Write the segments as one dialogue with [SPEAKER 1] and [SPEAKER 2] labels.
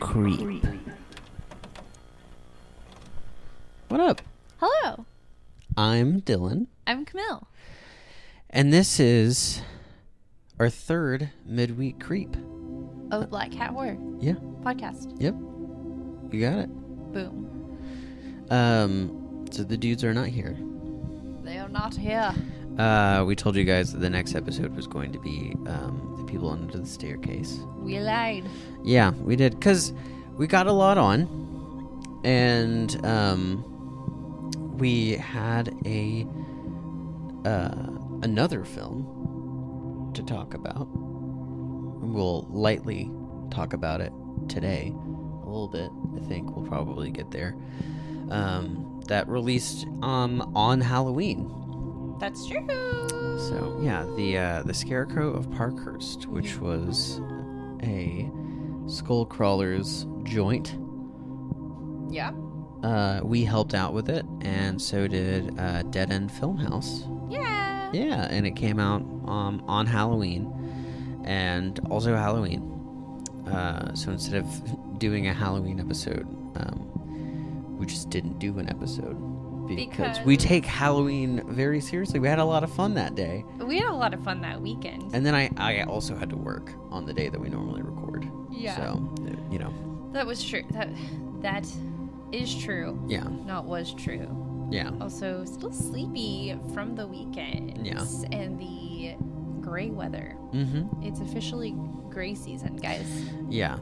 [SPEAKER 1] Creep. What up?
[SPEAKER 2] Hello,
[SPEAKER 1] I'm Dylan,
[SPEAKER 2] I'm Camille.
[SPEAKER 1] and this is our third midweek creep.
[SPEAKER 2] Oh, Black Cat Horror
[SPEAKER 1] Yeah,
[SPEAKER 2] podcast.
[SPEAKER 1] yep. You got it.
[SPEAKER 2] Boom.
[SPEAKER 1] Um, so the dudes are not here.
[SPEAKER 2] They are not here.
[SPEAKER 1] Uh, we told you guys that the next episode was going to be um, the people under the staircase.
[SPEAKER 2] We lied.
[SPEAKER 1] Yeah, we did because we got a lot on, and um, we had a uh, another film to talk about. We'll lightly talk about it today, a little bit. I think we'll probably get there. Um, that released um, on Halloween.
[SPEAKER 2] That's true.
[SPEAKER 1] So yeah, the uh, the Scarecrow of Parkhurst, which was a skull crawler's joint.
[SPEAKER 2] Yeah.
[SPEAKER 1] Uh, we helped out with it, and so did uh, Dead End Film House.
[SPEAKER 2] Yeah.
[SPEAKER 1] Yeah, and it came out um, on Halloween, and also Halloween. Uh, so instead of doing a Halloween episode, um, we just didn't do an episode because, we
[SPEAKER 2] Because-
[SPEAKER 1] take Halloween very seriously. We had a lot of fun that day.
[SPEAKER 2] We had a lot of fun that weekend.
[SPEAKER 1] And then I, I also had to work on the day that we normally record.
[SPEAKER 2] Yeah.
[SPEAKER 1] So, uh, you know,
[SPEAKER 2] That was true. That that is true.
[SPEAKER 1] yeah,
[SPEAKER 2] Not was true.
[SPEAKER 1] yeah,
[SPEAKER 2] Also, still sleepy from the weekend.
[SPEAKER 1] Yeah.
[SPEAKER 2] And the gray weather.
[SPEAKER 1] mm-hmm,
[SPEAKER 2] It's officially gray season, guys.
[SPEAKER 1] yeah,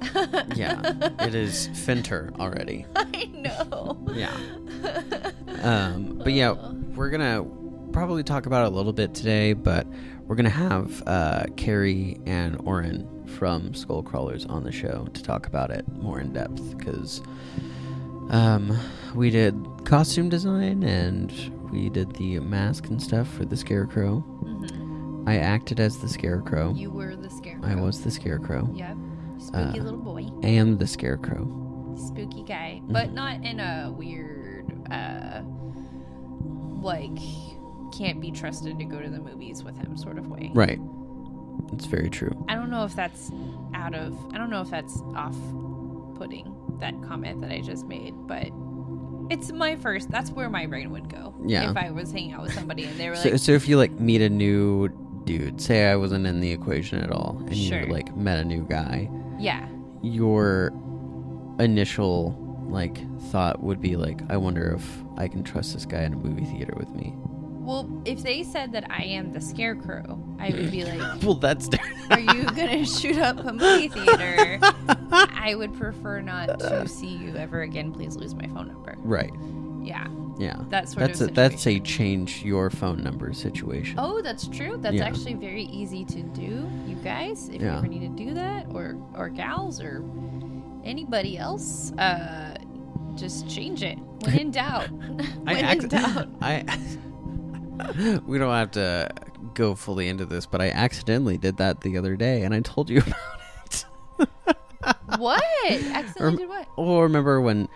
[SPEAKER 1] yeah. it is Finter already.
[SPEAKER 2] I know. Mm-hmm.
[SPEAKER 1] Yeah. Um, but yeah, we're gonna probably talk about it a little bit today, but we're gonna have uh, Carrie and Oren from Skullcrawlers on the show to talk about it more in depth because um, we did costume design and we did the mask and stuff for the scarecrow.
[SPEAKER 2] Mhm.
[SPEAKER 1] I acted as the scarecrow.
[SPEAKER 2] You were the scarecrow.
[SPEAKER 1] I was the scarecrow.
[SPEAKER 2] Yep. Spooky
[SPEAKER 1] Uh,
[SPEAKER 2] little boy.
[SPEAKER 1] I am the scarecrow.
[SPEAKER 2] Spooky guy.
[SPEAKER 1] Mm-hmm.
[SPEAKER 2] But not in a weird, uh, like, can't be trusted to go to the movies with him sort of way.
[SPEAKER 1] Right. It's very true.
[SPEAKER 2] I don't know if that's out of, I don't know if that's off putting, that comment that I just made, but. It's my first. That's where my brain would go.
[SPEAKER 1] Yeah.
[SPEAKER 2] If I was hanging out with somebody and they were
[SPEAKER 1] So,
[SPEAKER 2] like,
[SPEAKER 1] so if you like meet a new dude, say I wasn't in the equation at all, and
[SPEAKER 2] Sure.
[SPEAKER 1] you like met a new guy,
[SPEAKER 2] "Yeah,
[SPEAKER 1] your initial like thought would be like, I wonder if I can trust this guy in a movie theater with me.
[SPEAKER 2] well, if they said that I am the scarecrow, I would be like,
[SPEAKER 1] Well, that's
[SPEAKER 2] Are you gonna shoot up a movie theater? I would prefer not to see you ever again. Please lose my phone number.
[SPEAKER 1] right.
[SPEAKER 2] Yeah,
[SPEAKER 1] Yeah.
[SPEAKER 2] that sort
[SPEAKER 1] That's a,
[SPEAKER 2] of.
[SPEAKER 1] that's
[SPEAKER 2] situation.
[SPEAKER 1] a change your phone number situation.
[SPEAKER 2] Oh, that's true. That's
[SPEAKER 1] Yeah.
[SPEAKER 2] actually very easy to do, you guys. If you
[SPEAKER 1] Yeah.
[SPEAKER 2] ever need to do that, or or gals, or anybody else, uh, just change it when in doubt. when
[SPEAKER 1] I
[SPEAKER 2] in
[SPEAKER 1] ac-
[SPEAKER 2] doubt.
[SPEAKER 1] I we don't have to go fully into this, but I accidentally did that the other day, and I told you about it.
[SPEAKER 2] What? Accidentally did what?
[SPEAKER 1] Or remember when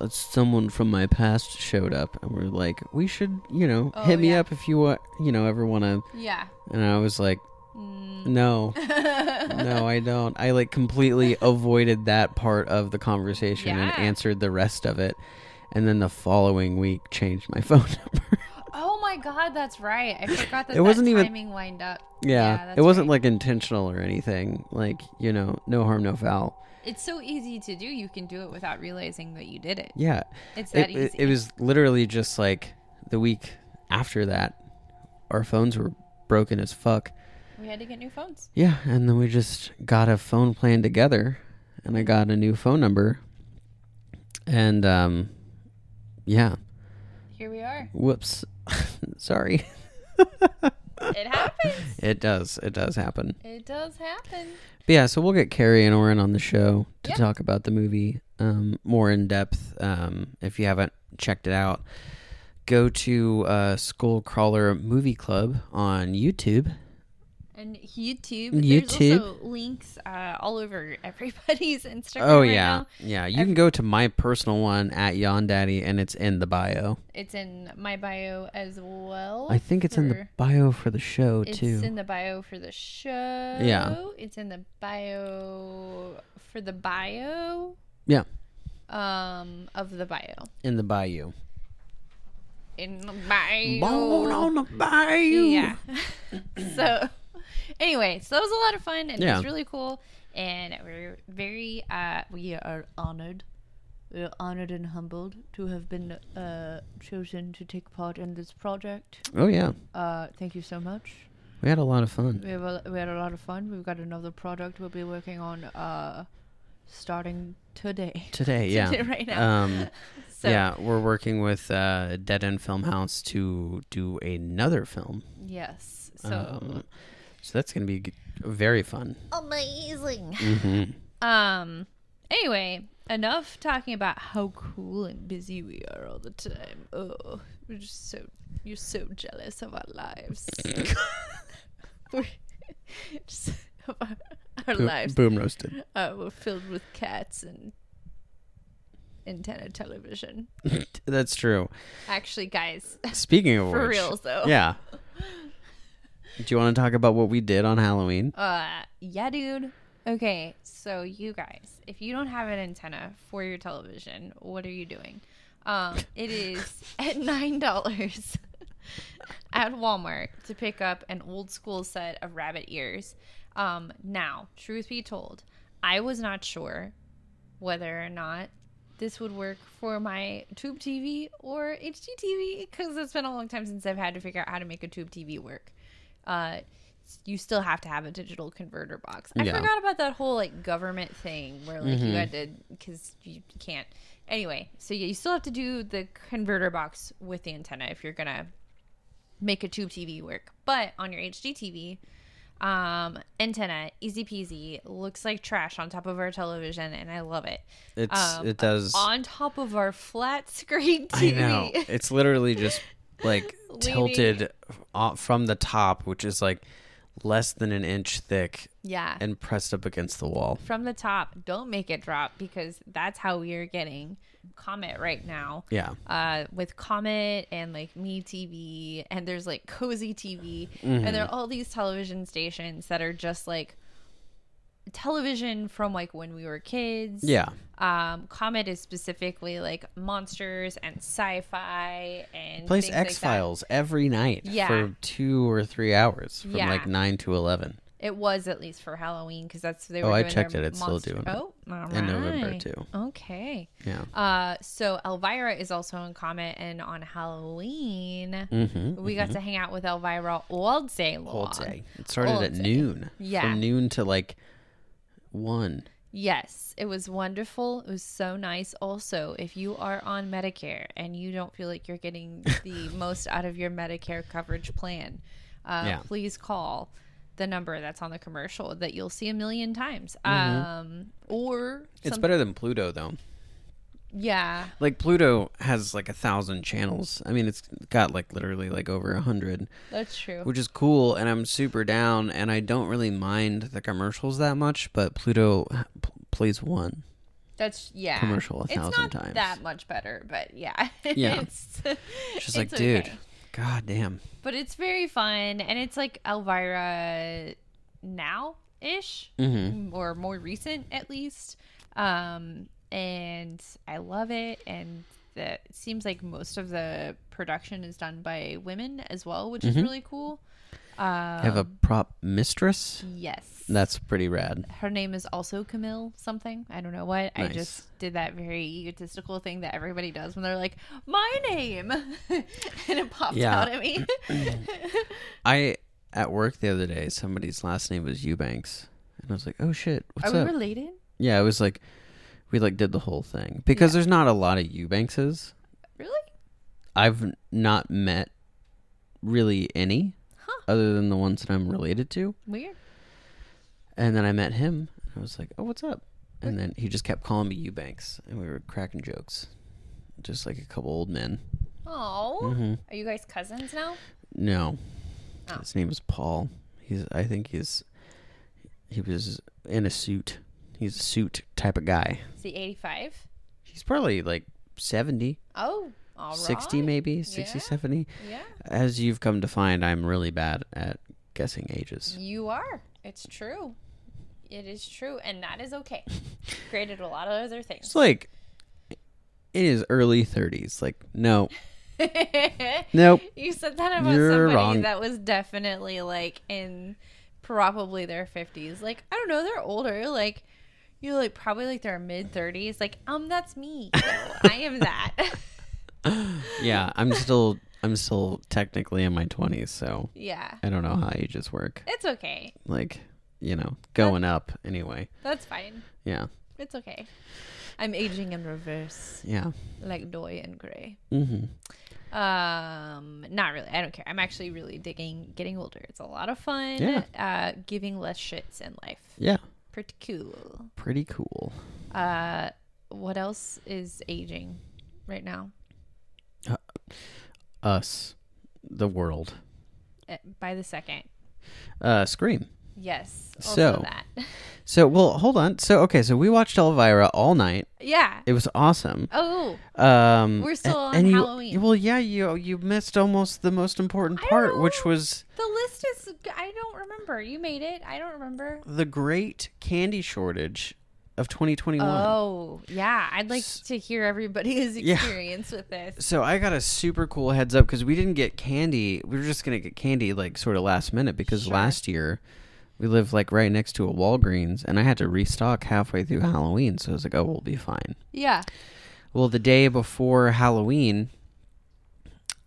[SPEAKER 1] uh, someone from my past showed up, and we're like, "We should, you know,
[SPEAKER 2] Oh,
[SPEAKER 1] hit me
[SPEAKER 2] yeah.
[SPEAKER 1] up if you want, you know, ever want to."
[SPEAKER 2] Yeah.
[SPEAKER 1] And I was like,
[SPEAKER 2] Mm.
[SPEAKER 1] "No, no, I don't." I like completely avoided that part of the conversation and
[SPEAKER 2] Yeah.
[SPEAKER 1] answered the rest of it. And then the following week, changed my phone number.
[SPEAKER 2] oh my God, that's right. I forgot that.
[SPEAKER 1] It wasn't
[SPEAKER 2] that
[SPEAKER 1] even-
[SPEAKER 2] timing lined up.
[SPEAKER 1] Yeah,
[SPEAKER 2] that's
[SPEAKER 1] it wasn't
[SPEAKER 2] right.
[SPEAKER 1] like intentional or anything. Like you know, no harm, no foul.
[SPEAKER 2] It's so easy to do. You can do it without realizing that you did it.
[SPEAKER 1] Yeah,
[SPEAKER 2] It's that
[SPEAKER 1] it, it,
[SPEAKER 2] easy.
[SPEAKER 1] it was literally just like the week after that, our phones were broken as fuck.
[SPEAKER 2] we had to get new phones.
[SPEAKER 1] Yeah, and then we just got a phone plan together, and I got a new phone number, and um, yeah,
[SPEAKER 2] Here we are.
[SPEAKER 1] whoops, sorry.
[SPEAKER 2] It happens.
[SPEAKER 1] It does, it does happen.
[SPEAKER 2] It does happen.
[SPEAKER 1] But yeah, so we'll get Carrie and Oren on the show to
[SPEAKER 2] Yeah.
[SPEAKER 1] talk about the movie um, more in depth. Um, if you haven't checked it out, go to uh, Skullcrawler Movie Club on YouTube.
[SPEAKER 2] And YouTube.
[SPEAKER 1] YouTube.
[SPEAKER 2] There's also links uh, all over everybody's Instagram.
[SPEAKER 1] Oh
[SPEAKER 2] right
[SPEAKER 1] yeah,
[SPEAKER 2] now.
[SPEAKER 1] yeah. You can go to my personal one at Yon Daddy, and it's in the bio.
[SPEAKER 2] It's in my bio as well.
[SPEAKER 1] I think it's in the
[SPEAKER 2] for-
[SPEAKER 1] bio for the show
[SPEAKER 2] Oh, It's
[SPEAKER 1] too.
[SPEAKER 2] in the bio for the show.
[SPEAKER 1] Yeah.
[SPEAKER 2] It's in the bio for the bio.
[SPEAKER 1] Yeah,
[SPEAKER 2] um, of the bio.
[SPEAKER 1] in the bayou.
[SPEAKER 2] In the bio.
[SPEAKER 1] Born on the bayou.
[SPEAKER 2] Yeah. so, anyway, so that was a lot of fun and it
[SPEAKER 1] Yeah.
[SPEAKER 2] was really cool. And we're very, uh, we are honored. We are honored and humbled to have been uh, chosen to take part in this project.
[SPEAKER 1] Oh yeah,
[SPEAKER 2] Uh, thank you so much.
[SPEAKER 1] we had a lot of fun.
[SPEAKER 2] We, have a, we had a lot of fun. We've got another product we'll be working on uh, starting today.
[SPEAKER 1] Today, yeah.
[SPEAKER 2] Right now.
[SPEAKER 1] Um,
[SPEAKER 2] So,
[SPEAKER 1] Yeah, we're working with uh, Dead End Film House to do another film.
[SPEAKER 2] Yes. So
[SPEAKER 1] Um, so that's going to be g- very fun.
[SPEAKER 2] amazing.
[SPEAKER 1] Mhm.
[SPEAKER 2] Um. Anyway, enough talking about how cool and busy we are all the time. Oh, we're just so you're so jealous of our lives. we're just of our, our
[SPEAKER 1] Bo-
[SPEAKER 2] lives.
[SPEAKER 1] Boom roasted.
[SPEAKER 2] Uh, we're filled with cats and antenna television.
[SPEAKER 1] that's true.
[SPEAKER 2] Actually, guys,
[SPEAKER 1] Speaking of
[SPEAKER 2] for
[SPEAKER 1] which,
[SPEAKER 2] real though.
[SPEAKER 1] yeah. Do you want to talk about what we did on Halloween?
[SPEAKER 2] Uh, yeah, dude. Okay, so you guys, if you don't have an antenna for your television, what are you doing? Um, it is at nine dollars at Walmart to pick up an old school set of rabbit ears. Um, now, truth be told, I was not sure whether or not this would work for my tube TV or HDTV because it's been a long time since I've had to figure out how to make a tube TV work. Uh, you still have to have a digital converter box. I
[SPEAKER 1] Yeah.
[SPEAKER 2] forgot about that whole like government thing where like you had to because you can't. Anyway, so yeah, you still have to do the converter box with the antenna if you're gonna make a tube TV work. But on your HDTV, um, antenna, easy peasy, looks like trash on top of our television, and I love it.
[SPEAKER 1] It's
[SPEAKER 2] Um,
[SPEAKER 1] it does.
[SPEAKER 2] On top of our flat screen
[SPEAKER 1] I
[SPEAKER 2] TV.
[SPEAKER 1] know. It's literally just like tilted off from the top, which is like less than an inch thick
[SPEAKER 2] yeah.
[SPEAKER 1] and pressed up against the wall.
[SPEAKER 2] From the top, don't make it drop because that's how we are getting Comet right now.
[SPEAKER 1] Yeah.
[SPEAKER 2] uh, with Comet and like Me TV, and there's like Cozy TV, and
[SPEAKER 1] Mm-hmm.
[SPEAKER 2] there are all these television stations that are just like television from like when we were kids.
[SPEAKER 1] Yeah.
[SPEAKER 2] Um, Comet is specifically like monsters and sci-fi and
[SPEAKER 1] Plays
[SPEAKER 2] things like
[SPEAKER 1] X
[SPEAKER 2] that.
[SPEAKER 1] Files every night
[SPEAKER 2] Yeah.
[SPEAKER 1] for two or three hours from
[SPEAKER 2] Yeah.
[SPEAKER 1] like nine to eleven
[SPEAKER 2] It was at least for Halloween because that's they
[SPEAKER 1] Oh,
[SPEAKER 2] were.
[SPEAKER 1] I
[SPEAKER 2] doing their
[SPEAKER 1] checked it. It's still
[SPEAKER 2] monster-
[SPEAKER 1] doing it
[SPEAKER 2] Oh, all right.
[SPEAKER 1] in November too.
[SPEAKER 2] Okay.
[SPEAKER 1] Yeah.
[SPEAKER 2] Uh, so Elvira is also on Comet, and on Halloween, we got to hang out with Elvira all day long.
[SPEAKER 1] Mm-hmm. All day. It started
[SPEAKER 2] All
[SPEAKER 1] at
[SPEAKER 2] day.
[SPEAKER 1] noon.
[SPEAKER 2] Yeah.
[SPEAKER 1] From noon to like one.
[SPEAKER 2] Yes, it was wonderful. It was so nice. Also, if you are on Medicare and you don't feel like you're getting the most out of your Medicare coverage plan, uh,
[SPEAKER 1] Yeah.
[SPEAKER 2] please call the number that's on the commercial that you'll see a million times. Um, or
[SPEAKER 1] Mm-hmm. It's
[SPEAKER 2] some-
[SPEAKER 1] better than Pluto though.
[SPEAKER 2] yeah,
[SPEAKER 1] Like Pluto has like a thousand channels. I mean, it's got like literally like over a hundred,
[SPEAKER 2] that's true.
[SPEAKER 1] which is cool. And I'm super down, and I don't really mind the commercials that much. But Pluto p- plays one.
[SPEAKER 2] That's yeah.
[SPEAKER 1] commercial a
[SPEAKER 2] it's
[SPEAKER 1] thousand
[SPEAKER 2] not
[SPEAKER 1] times.
[SPEAKER 2] That much better, but yeah.
[SPEAKER 1] Yeah.
[SPEAKER 2] it's,
[SPEAKER 1] She's
[SPEAKER 2] it's
[SPEAKER 1] like, dude,
[SPEAKER 2] okay.
[SPEAKER 1] god damn.
[SPEAKER 2] But it's very fun, and it's like Elvira now ish,
[SPEAKER 1] Mm-hmm.
[SPEAKER 2] or more recent at least. Um, and I love it, and the, it seems like most of the production is done by women as well, which
[SPEAKER 1] Mm-hmm.
[SPEAKER 2] is really cool.
[SPEAKER 1] I have a
[SPEAKER 2] Um,
[SPEAKER 1] prop mistress.
[SPEAKER 2] Yes.
[SPEAKER 1] That's pretty rad.
[SPEAKER 2] her name is also Camille something. I don't know what. I
[SPEAKER 1] Nice.
[SPEAKER 2] just did that very egotistical thing that everybody does when they're like, "My name," and it popped
[SPEAKER 1] Yeah.
[SPEAKER 2] out at me.
[SPEAKER 1] I at work the other day, somebody's last name was Eubanks, and I was like, "Oh shit,
[SPEAKER 2] Are
[SPEAKER 1] what's
[SPEAKER 2] we
[SPEAKER 1] up?"
[SPEAKER 2] related?
[SPEAKER 1] yeah, it was like, we like did the whole thing because there's not a lot of Eubankses.
[SPEAKER 2] Really?
[SPEAKER 1] I've n- not met really any,
[SPEAKER 2] Huh.
[SPEAKER 1] other than the ones that I'm related to.
[SPEAKER 2] Weird.
[SPEAKER 1] And then I met him, and I was like, "Oh, what's up?" And then he just kept calling me Eubanks, and we were cracking jokes, just like a couple old men.
[SPEAKER 2] Oh,
[SPEAKER 1] Mm-hmm.
[SPEAKER 2] are you guys cousins now?
[SPEAKER 1] No.
[SPEAKER 2] Oh.
[SPEAKER 1] His name is Paul. He's I think he's he was in a suit. He's a suit type of guy.
[SPEAKER 2] Is he eighty-five?
[SPEAKER 1] He's probably like 70,
[SPEAKER 2] Oh, all right.
[SPEAKER 1] 60 maybe, 60,
[SPEAKER 2] Yeah.
[SPEAKER 1] 70.
[SPEAKER 2] Yeah,
[SPEAKER 1] As you've come to find, I'm really bad at guessing ages.
[SPEAKER 2] you are. It's true. It is true, and that is okay. Graded a lot of other things.
[SPEAKER 1] It's like in his early 30s. Like, no, nope.
[SPEAKER 2] you said that about
[SPEAKER 1] You're
[SPEAKER 2] somebody
[SPEAKER 1] wrong.
[SPEAKER 2] that was definitely like in probably their 50s. Like, I don't know, they're older. Like, you're like probably like their mid 30s. Like, um, that's me. You know, I am that.
[SPEAKER 1] Yeah, I'm still, I'm still technically in my 20s, so
[SPEAKER 2] yeah.
[SPEAKER 1] I don't know how ages work.
[SPEAKER 2] It's okay.
[SPEAKER 1] Like, you know, going up anyway.
[SPEAKER 2] That's fine.
[SPEAKER 1] Yeah,
[SPEAKER 2] It's okay. I'm aging in reverse,
[SPEAKER 1] yeah.
[SPEAKER 2] like Doy and Gray.
[SPEAKER 1] Mm-hmm.
[SPEAKER 2] Um, not really. I don't care. I'm actually really digging getting older. It's a lot of fun.
[SPEAKER 1] Yeah.
[SPEAKER 2] Uh, giving less shits in life.
[SPEAKER 1] Yeah,
[SPEAKER 2] Pretty cool.
[SPEAKER 1] pretty cool.
[SPEAKER 2] Uh, what else is aging right now?
[SPEAKER 1] Us, the world.
[SPEAKER 2] Uh, By the second.
[SPEAKER 1] Uh, Scream.
[SPEAKER 2] Yes. Also
[SPEAKER 1] So-
[SPEAKER 2] that.
[SPEAKER 1] So, well, hold on. So, okay, so we watched Elvira all night.
[SPEAKER 2] yeah.
[SPEAKER 1] It was awesome.
[SPEAKER 2] Oh,
[SPEAKER 1] Um,
[SPEAKER 2] We're still
[SPEAKER 1] a-
[SPEAKER 2] on
[SPEAKER 1] and you-
[SPEAKER 2] Halloween.
[SPEAKER 1] Well, yeah, you you missed almost the most important
[SPEAKER 2] I
[SPEAKER 1] part,
[SPEAKER 2] know.
[SPEAKER 1] which was
[SPEAKER 2] the list is. I don't remember. You made it. I don't remember.
[SPEAKER 1] the great candy shortage of 2021.
[SPEAKER 2] Oh, yeah. I'd like to hear everybody's
[SPEAKER 1] Yeah.
[SPEAKER 2] experience with this.
[SPEAKER 1] So I got a super cool heads up because we didn't get candy. We were just gonna get candy like sort of last minute because last year we lived like right next to a Walgreens and I had to restock halfway through Halloween. So I was like, oh, we'll be fine.
[SPEAKER 2] Yeah.
[SPEAKER 1] Well, the day before Halloween,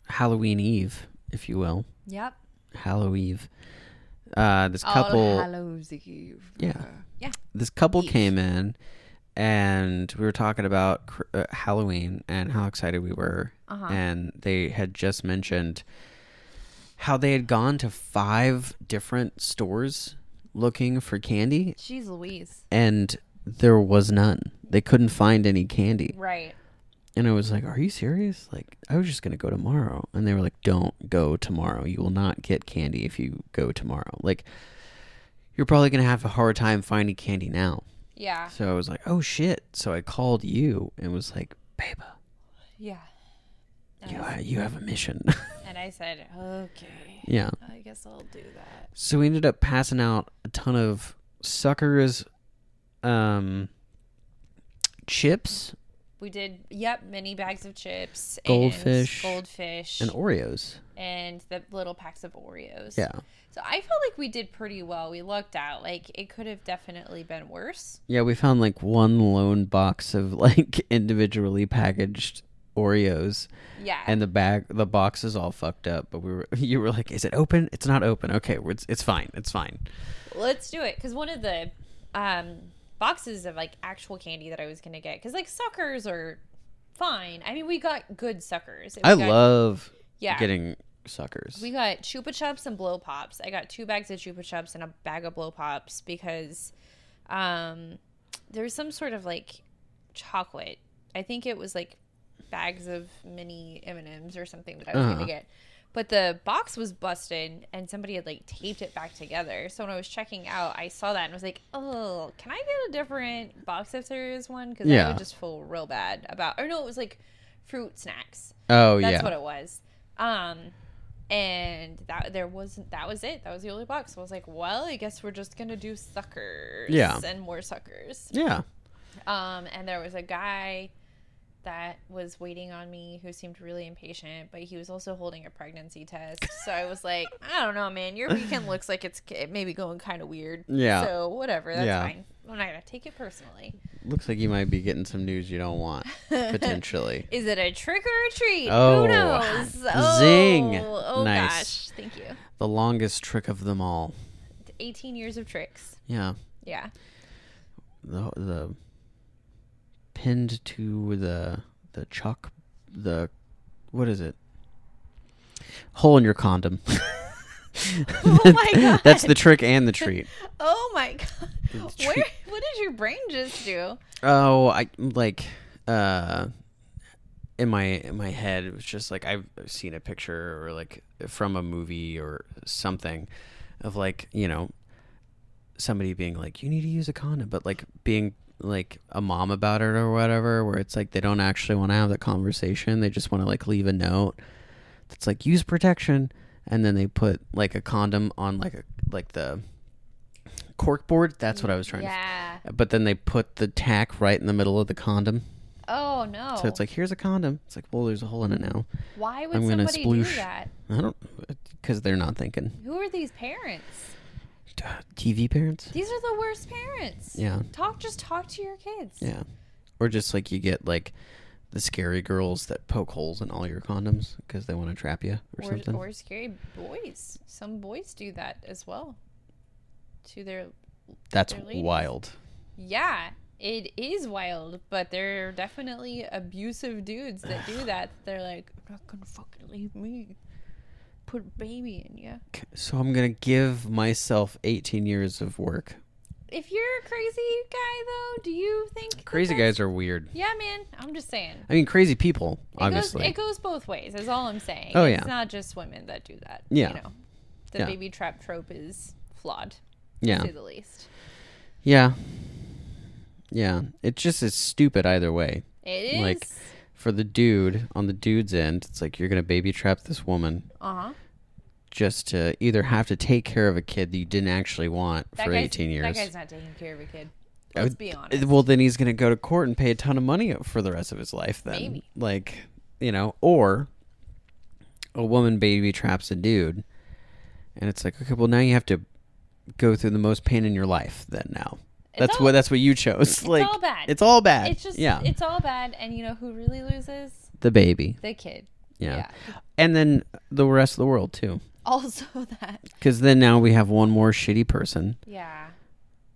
[SPEAKER 1] Halloween Eve, if you will,
[SPEAKER 2] Yep.
[SPEAKER 1] Halloween Eve, uh, this couple,
[SPEAKER 2] All Hallows Eve.
[SPEAKER 1] yeah,
[SPEAKER 2] Yeah.
[SPEAKER 1] this couple
[SPEAKER 2] Eve.
[SPEAKER 1] came in, and we were talking about cr- uh, Halloween and how excited we were,
[SPEAKER 2] Uh-huh.
[SPEAKER 1] and they had just mentioned how they had gone to five different stores looking for candy,
[SPEAKER 2] She's Louise.
[SPEAKER 1] and there was none. They couldn't find any candy.
[SPEAKER 2] Right.
[SPEAKER 1] And I was like, "Are you serious? Like, I was just gonna go tomorrow." And they were like, "Don't go tomorrow. You will not get candy if you go tomorrow. Like, you're probably gonna have a hard time finding candy now."
[SPEAKER 2] Yeah.
[SPEAKER 1] So I was like, "Oh shit!" So I called you and was like, "Baba,
[SPEAKER 2] Yeah.
[SPEAKER 1] you ha- you have a mission."
[SPEAKER 2] And I said, okay.
[SPEAKER 1] yeah.
[SPEAKER 2] I guess I'll do that.
[SPEAKER 1] So we ended up passing out a ton of suckers, um, chips
[SPEAKER 2] We did, yep, mini bags of chips, and
[SPEAKER 1] Goldfish.
[SPEAKER 2] goldfish,
[SPEAKER 1] and
[SPEAKER 2] and,
[SPEAKER 1] Oreos.
[SPEAKER 2] the little packs of Oreos.
[SPEAKER 1] Yeah.
[SPEAKER 2] So I felt like we did pretty well. We looked out like it could have definitely been worse.
[SPEAKER 1] Yeah, we found like one lone box of like individually packaged Oreos,
[SPEAKER 2] Yeah.
[SPEAKER 1] and the bag, the box is all fucked up. But we were, you were like, "Is it open? It's not open. Okay, we're- it's it's fine. It's fine."
[SPEAKER 2] Let's do it because one of the um, boxes of like actual candy that I was gonna get because like suckers are fine. I mean, we got good suckers.
[SPEAKER 1] I
[SPEAKER 2] We got-
[SPEAKER 1] love
[SPEAKER 2] yeah.
[SPEAKER 1] getting suckers.
[SPEAKER 2] We got Chupa Chups and Blow Pops. I got two bags of Chupa Chups and a bag of Blow Pops because um, there was some sort of like chocolate. I think it was like bags of mini M and M's or something that I was
[SPEAKER 1] Uh-huh.
[SPEAKER 2] gonna get. But the box was busted and somebody had like taped it back together. So when I was checking out, I saw that and was like, "Oh, can I get a different box if there is one?" Because I
[SPEAKER 1] Yeah.
[SPEAKER 2] would just feel real bad about. Or no, it was like fruit snacks.
[SPEAKER 1] oh
[SPEAKER 2] That's
[SPEAKER 1] yeah,
[SPEAKER 2] what it was. Um, and that there wasn't that was it. That was the only box. I was like, well, I guess we're just gonna do suckers.
[SPEAKER 1] Yeah.
[SPEAKER 2] And more suckers.
[SPEAKER 1] yeah.
[SPEAKER 2] Um, and there was a guy that was waiting on me who seemed really impatient, but he was also holding a pregnancy test. So I was like, I don't know, man. Your weekend looks like it's it may be going kind of weird.
[SPEAKER 1] Yeah.
[SPEAKER 2] So whatever. That's
[SPEAKER 1] Yeah.
[SPEAKER 2] fine. I'm not gonna take it personally.
[SPEAKER 1] Looks like you might be getting some news you don't want potentially.
[SPEAKER 2] Is it a trick or a treat?
[SPEAKER 1] Oh,
[SPEAKER 2] Who knows?
[SPEAKER 1] zing.
[SPEAKER 2] Oh, oh
[SPEAKER 1] Nice.
[SPEAKER 2] gosh. Thank you.
[SPEAKER 1] the longest trick of them all.
[SPEAKER 2] 18 years of tricks.
[SPEAKER 1] Yeah,
[SPEAKER 2] Yeah.
[SPEAKER 1] the the pinned to the the chalk the what is it hole in your condom
[SPEAKER 2] Oh my god.
[SPEAKER 1] that's the trick and the treat
[SPEAKER 2] Oh my god.
[SPEAKER 1] It's
[SPEAKER 2] Where,
[SPEAKER 1] treat-
[SPEAKER 2] what did your brain just do?
[SPEAKER 1] oh i like uh in my in my head it was just like i've seen a picture or like from a movie or something of like you know somebody being like you need to use a condom but like being like a mom about it or whatever where it's like they don't actually want to have the conversation they just want to like leave a note that's like use protection and then they put like a condom on like a like the corkboard. That's what I was trying
[SPEAKER 2] Yeah.
[SPEAKER 1] to. But then they put the tack right in the middle of the condom,
[SPEAKER 2] Oh no.
[SPEAKER 1] so it's like here's a condom. It's like well, there's a hole in it now.
[SPEAKER 2] why would
[SPEAKER 1] I'm gonna
[SPEAKER 2] somebody do
[SPEAKER 1] sploosh.
[SPEAKER 2] that?
[SPEAKER 1] I don't because they're not thinking.
[SPEAKER 2] Who are these parents?
[SPEAKER 1] Duh, TV parents.
[SPEAKER 2] These are the worst parents.
[SPEAKER 1] Yeah,
[SPEAKER 2] Talk just talk to your kids.
[SPEAKER 1] yeah, or just like you get like the scary girls that poke holes in all your condoms because they want to trap you or,
[SPEAKER 2] Or,
[SPEAKER 1] something.
[SPEAKER 2] or scary boys. Some boys do that as well. To their
[SPEAKER 1] That's
[SPEAKER 2] they're ladies.
[SPEAKER 1] wild.
[SPEAKER 2] Yeah, it is wild, but there are definitely abusive dudes that do that. They're like, You're not gonna fucking leave me. Put a baby in you.
[SPEAKER 1] K- So I'm gonna give myself 18 years of work.
[SPEAKER 2] If you're a crazy guy, though, do you think that
[SPEAKER 1] Crazy
[SPEAKER 2] that's-
[SPEAKER 1] guys are weird.
[SPEAKER 2] Yeah, man. I'm just saying.
[SPEAKER 1] I mean, crazy people,
[SPEAKER 2] It
[SPEAKER 1] obviously.
[SPEAKER 2] goes, it goes both ways. Is all I'm saying.
[SPEAKER 1] Oh, yeah.
[SPEAKER 2] It's not just women that do that.
[SPEAKER 1] Yeah.
[SPEAKER 2] You know, the
[SPEAKER 1] Yeah.
[SPEAKER 2] baby trap trope is flawed,
[SPEAKER 1] yeah,
[SPEAKER 2] to the least.
[SPEAKER 1] yeah, yeah. It just is stupid either way.
[SPEAKER 2] It is.
[SPEAKER 1] Like- For the dude on the dude's end, it's like you're gonna baby trap this woman
[SPEAKER 2] uh huh.
[SPEAKER 1] just to either have to take care of a kid that you didn't actually want for 18 years.
[SPEAKER 2] That guy's not taking care of a kid.
[SPEAKER 1] I
[SPEAKER 2] Let's
[SPEAKER 1] would-
[SPEAKER 2] be honest.
[SPEAKER 1] Uh, Well, then he's going to go to court and pay a ton of money for the rest of his life. Then,
[SPEAKER 2] Maybe.
[SPEAKER 1] like, you know, or a woman baby traps a dude, and it's like, okay, well, now you have to go through the most pain in your life. Then now,
[SPEAKER 2] It's
[SPEAKER 1] that's
[SPEAKER 2] all-
[SPEAKER 1] what that's what you chose. like,
[SPEAKER 2] all bad.
[SPEAKER 1] It's all bad.
[SPEAKER 2] It's just
[SPEAKER 1] yeah,
[SPEAKER 2] it's all bad and you know who really loses?
[SPEAKER 1] the baby.
[SPEAKER 2] The kid.
[SPEAKER 1] Yeah.
[SPEAKER 2] Yeah.
[SPEAKER 1] and then the rest of the world too,
[SPEAKER 2] Also that.
[SPEAKER 1] because then now we have one more shitty person
[SPEAKER 2] Yeah.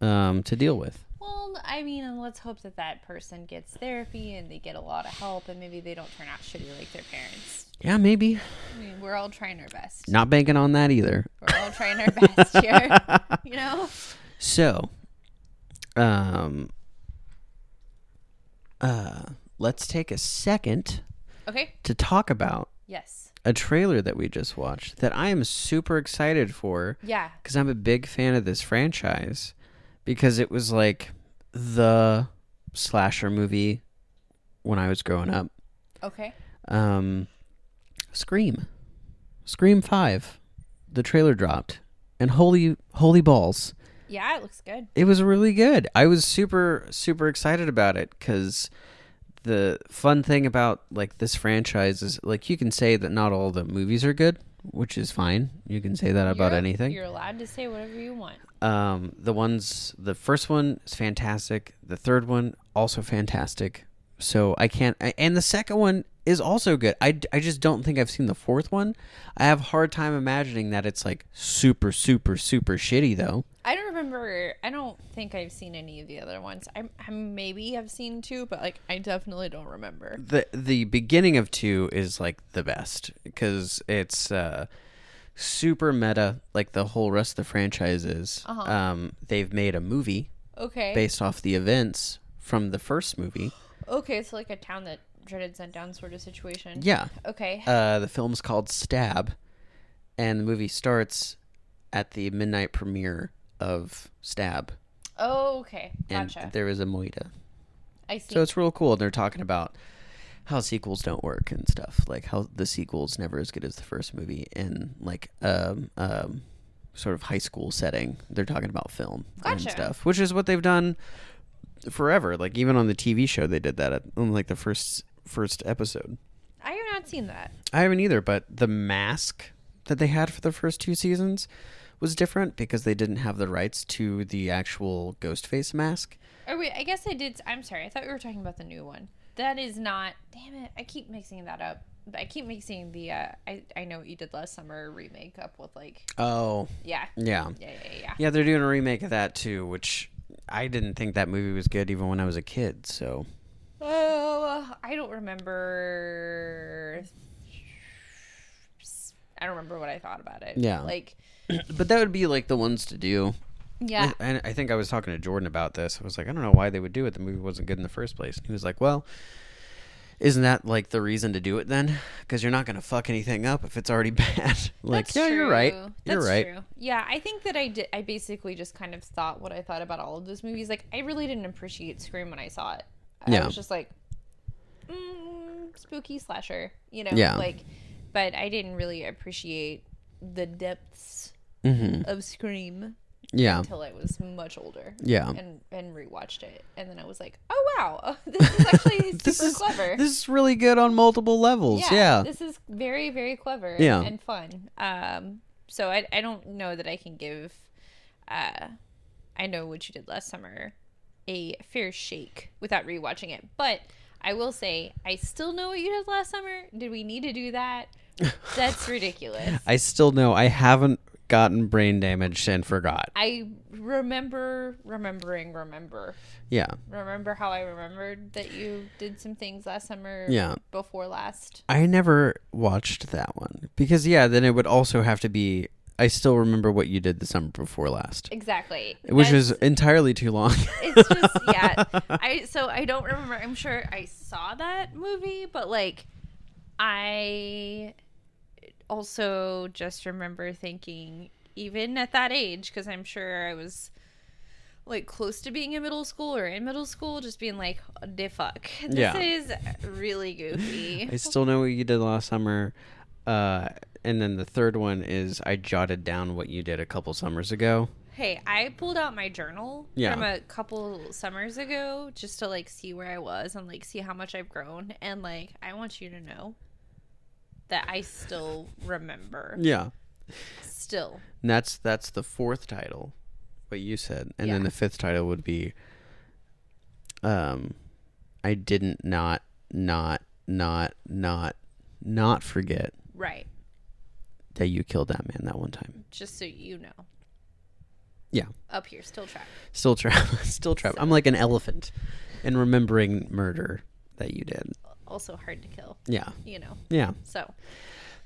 [SPEAKER 1] um, to deal with.
[SPEAKER 2] Well, I mean, and let's hope that that person gets therapy and they get a lot of help and maybe they don't turn out shitty like their parents.
[SPEAKER 1] Yeah, maybe
[SPEAKER 2] I mean, we're all trying our best.
[SPEAKER 1] not banking on that either.
[SPEAKER 2] We're all trying our best here, you know?
[SPEAKER 1] So, um, uh, let's take a second
[SPEAKER 2] Okay.
[SPEAKER 1] to talk about
[SPEAKER 2] Yes.
[SPEAKER 1] a trailer that we just watched that I am super excited for
[SPEAKER 2] Yeah.
[SPEAKER 1] because I'm a big fan of this franchise because it was like the slasher movie when I was growing up.
[SPEAKER 2] Okay.
[SPEAKER 1] Um, Scream, Scream Five, the trailer dropped, and holy holy balls.
[SPEAKER 2] Yeah, it looks good.
[SPEAKER 1] it was really good. I was super super excited about it because the fun thing about like this franchise is like you can say that not all the movies are good, which is fine. You can say that about
[SPEAKER 2] You're-
[SPEAKER 1] anything.
[SPEAKER 2] You're allowed to say whatever you want.
[SPEAKER 1] Um, the ones, the first one is fantastic. The third one also fantastic. So I can't, I, and the second one is also good. I, d- I just don't think I've seen the fourth one. I have a hard time imagining that it's like super super super shitty though.
[SPEAKER 2] I don't remember. I don't think I've seen any of the other ones. I, I maybe have seen two, but like I definitely don't remember.
[SPEAKER 1] the the beginning of two is like the best because it's uh super meta like the whole rest of the franchise is um they've made a movie
[SPEAKER 2] Okay.
[SPEAKER 1] based off the events from the first movie
[SPEAKER 2] okay, so like a town that dreaded sent down sort of situation.
[SPEAKER 1] yeah
[SPEAKER 2] Okay.
[SPEAKER 1] uh the film's called stab and the movie starts at the midnight premiere of stab
[SPEAKER 2] oh, okay.
[SPEAKER 1] and
[SPEAKER 2] Gotcha.
[SPEAKER 1] there is a moita
[SPEAKER 2] I see.
[SPEAKER 1] So it's real cool. And they're talking about how sequels don't work and stuff, like how the sequel's never as good as the first movie in like um um sort of high school setting. They're talking about film
[SPEAKER 2] Gotcha.
[SPEAKER 1] and stuff, which is what they've done forever. Like even on the TV show, they did that at, on like the first first episode.
[SPEAKER 2] I have not seen that.
[SPEAKER 1] I haven't either, but the mask that they had for the first two seasons was different because they didn't have the rights to the actual ghost face mask.
[SPEAKER 2] Or Oh, wait, I guess I did. I'm sorry. I thought we were talking about the new one. That is not. Damn it! I keep mixing that up. I keep mixing the. Uh, I I know what you did last summer remake up with like.
[SPEAKER 1] Oh,
[SPEAKER 2] Yeah.
[SPEAKER 1] yeah.
[SPEAKER 2] Yeah. Yeah. Yeah.
[SPEAKER 1] Yeah, they're doing a remake of that too, which I didn't think that movie was good even when I was a kid. So
[SPEAKER 2] Oh, I don't remember. I don't remember what I thought about it.
[SPEAKER 1] Yeah.
[SPEAKER 2] Like,
[SPEAKER 1] but that would be like the ones to do.
[SPEAKER 2] yeah.
[SPEAKER 1] And I think I was talking to Jordan about this. I was like, I don't know why they would do it. The movie wasn't good in the first place. And he was like, Well, isn't that like the reason to do it then? Because you're not going to fuck anything up if it's already bad. like,
[SPEAKER 2] That's
[SPEAKER 1] yeah, you're right.
[SPEAKER 2] true.
[SPEAKER 1] You're
[SPEAKER 2] That's
[SPEAKER 1] right.
[SPEAKER 2] True. Yeah, I think that I did. I basically just kind of thought what I thought about all of those movies. Like, I really didn't appreciate Scream when I saw it. I
[SPEAKER 1] Yeah.
[SPEAKER 2] was just like, mm, spooky slasher, you know?
[SPEAKER 1] Yeah.
[SPEAKER 2] Like,
[SPEAKER 1] Mm-hmm.
[SPEAKER 2] but I didn't really appreciate the depths of Scream.
[SPEAKER 1] Yeah.
[SPEAKER 2] until I was much older.
[SPEAKER 1] Yeah.
[SPEAKER 2] And and rewatched it, and then I was like, oh wow, this is actually
[SPEAKER 1] this
[SPEAKER 2] super
[SPEAKER 1] is
[SPEAKER 2] clever.
[SPEAKER 1] this is really good on multiple levels. Yeah.
[SPEAKER 2] This is very, very clever and,
[SPEAKER 1] Yeah.
[SPEAKER 2] and fun. Um, so I, I don't know that I can give, uh, I know what you did last summer, a fair shake without rewatching it. But I will say, I still know what you did last summer. Did we need to do that? That's ridiculous.
[SPEAKER 1] I still know I haven't gotten brain damaged and forgot.
[SPEAKER 2] I remember, remembering, remember.
[SPEAKER 1] Yeah.
[SPEAKER 2] Remember how I remembered that you did some things last summer
[SPEAKER 1] Yeah.
[SPEAKER 2] before last?
[SPEAKER 1] I never watched that one because yeah, then it would also have to be I still remember what you did the summer before last,
[SPEAKER 2] Exactly.
[SPEAKER 1] which
[SPEAKER 2] That's-
[SPEAKER 1] was entirely too long.
[SPEAKER 2] it's just yeah i so i don't remember i'm sure i saw that movie but like i also just remember thinking even at that age because i'm sure i was like close to being in middle school or in middle school just being like the fuck this
[SPEAKER 1] Yeah.
[SPEAKER 2] is really goofy
[SPEAKER 1] I still know what you did last summer. Uh, and then the third one is I jotted down what you did a couple summers ago.
[SPEAKER 2] Hey, I pulled out my journal
[SPEAKER 1] Yeah.
[SPEAKER 2] from a couple summers ago just to like see where I was and like see how much I've grown and like I want you to know that I still remember.
[SPEAKER 1] Yeah.
[SPEAKER 2] Still.
[SPEAKER 1] And that's that's the fourth title, what you said, and then
[SPEAKER 2] Yeah.
[SPEAKER 1] the fifth title would be, um, I didn't not not not not not forget
[SPEAKER 2] Right.
[SPEAKER 1] that you killed that man that one time.
[SPEAKER 2] Just so you know.
[SPEAKER 1] Yeah,
[SPEAKER 2] Up here, still trapped.
[SPEAKER 1] still trap, still trap. I'm like an elephant, in remembering murder that you did.
[SPEAKER 2] Also hard to kill,
[SPEAKER 1] Yeah,
[SPEAKER 2] you know.
[SPEAKER 1] yeah.
[SPEAKER 2] So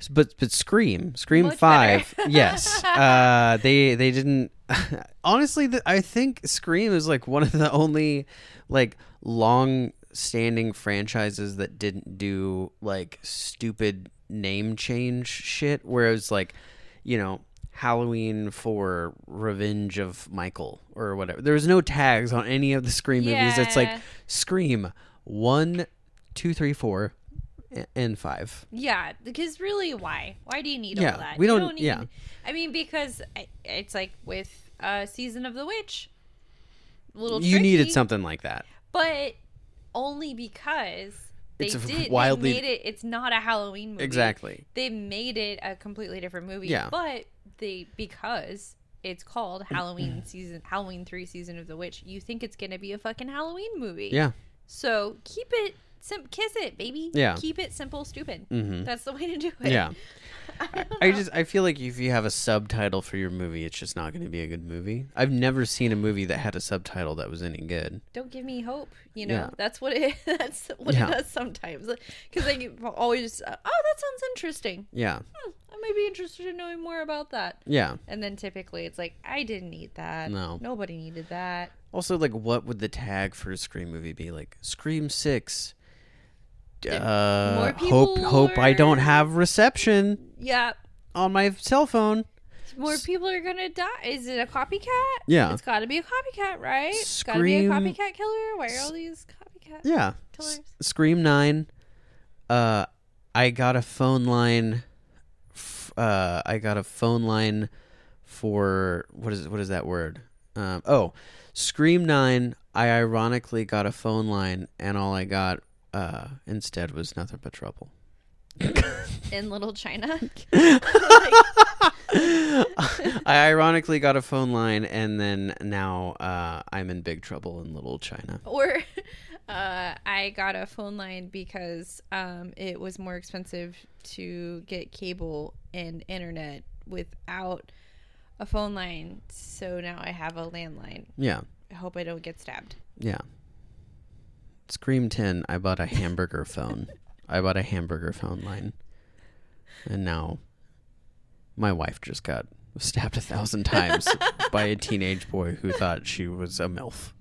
[SPEAKER 1] S- But but Scream, Scream
[SPEAKER 2] Much better.
[SPEAKER 1] Five, yes. Uh, they they didn't. Honestly, the, I think Scream is like one of the only like long standing franchises that didn't do like stupid name change shit. Whereas like, you know. Halloween for Revenge of Michael or whatever. There was no tags on any of the Scream movies. It's
[SPEAKER 2] Yeah.
[SPEAKER 1] like Scream one, two, three, four, a- and five.
[SPEAKER 2] Yeah, because really, why? Why do you need
[SPEAKER 1] Yeah,
[SPEAKER 2] all that?
[SPEAKER 1] we
[SPEAKER 2] You
[SPEAKER 1] don't- yeah.
[SPEAKER 2] I mean, because I, it's like with uh, season of the witch, little
[SPEAKER 1] you needed
[SPEAKER 2] tricky.
[SPEAKER 1] something like that.
[SPEAKER 2] but only because they
[SPEAKER 1] It's a
[SPEAKER 2] did
[SPEAKER 1] wildly-
[SPEAKER 2] they made it it's not a halloween movie
[SPEAKER 1] Exactly.
[SPEAKER 2] they made it a completely different movie
[SPEAKER 1] Yeah.
[SPEAKER 2] but they because it's called halloween season halloween 3 season of the witch you think it's gonna be a fucking halloween movie
[SPEAKER 1] Yeah.
[SPEAKER 2] so keep it sim- kiss it baby
[SPEAKER 1] Yeah.
[SPEAKER 2] keep it simple stupid
[SPEAKER 1] Mhm.
[SPEAKER 2] that's the way to do it
[SPEAKER 1] Yeah.
[SPEAKER 2] I, don't
[SPEAKER 1] I
[SPEAKER 2] know.
[SPEAKER 1] just I feel like if you have a subtitle for your movie, it's just not going to be a good movie. I've never seen a movie that had a subtitle that was any good.
[SPEAKER 2] don't give me hope you know
[SPEAKER 1] Yeah.
[SPEAKER 2] that's what it that's what
[SPEAKER 1] Yeah.
[SPEAKER 2] it does sometimes because i get always uh, oh that sounds interesting
[SPEAKER 1] Yeah.
[SPEAKER 2] hmm, I might be interested in knowing more about that.
[SPEAKER 1] Yeah.
[SPEAKER 2] And then typically it's like, I didn't need that.
[SPEAKER 1] No.
[SPEAKER 2] Nobody needed that.
[SPEAKER 1] Also like what would the tag for a scream movie be? Like Scream 6. Uh,
[SPEAKER 2] more
[SPEAKER 1] hope
[SPEAKER 2] people
[SPEAKER 1] hope I don't
[SPEAKER 2] are-
[SPEAKER 1] have reception
[SPEAKER 2] Yeah.
[SPEAKER 1] on my cell phone.
[SPEAKER 2] More people are going to die. Is it a copycat?
[SPEAKER 1] Yeah.
[SPEAKER 2] It's got to be a copycat, right? It's got to be a
[SPEAKER 1] Scream-
[SPEAKER 2] copycat killer. Why are all these copycat
[SPEAKER 1] Yeah.
[SPEAKER 2] killers?
[SPEAKER 1] Scream 9. Uh I got a phone line f- uh I got a phone line for what is what is that word? Um oh, Scream 9 I ironically got a phone line and all I got uh instead was nothing but trouble.
[SPEAKER 2] In Little China.
[SPEAKER 1] I ironically got a phone line and then now uh I'm in big trouble in little China.
[SPEAKER 2] or uh, I got a phone line because um, it was more expensive to get cable and internet without a phone line. So now I have a landline.
[SPEAKER 1] Yeah.
[SPEAKER 2] I hope I don't get stabbed.
[SPEAKER 1] Yeah. Scream 10, I bought a hamburger phone. I bought a hamburger phone line. And now my wife just got stabbed a thousand times by a teenage boy who thought she was a MILF.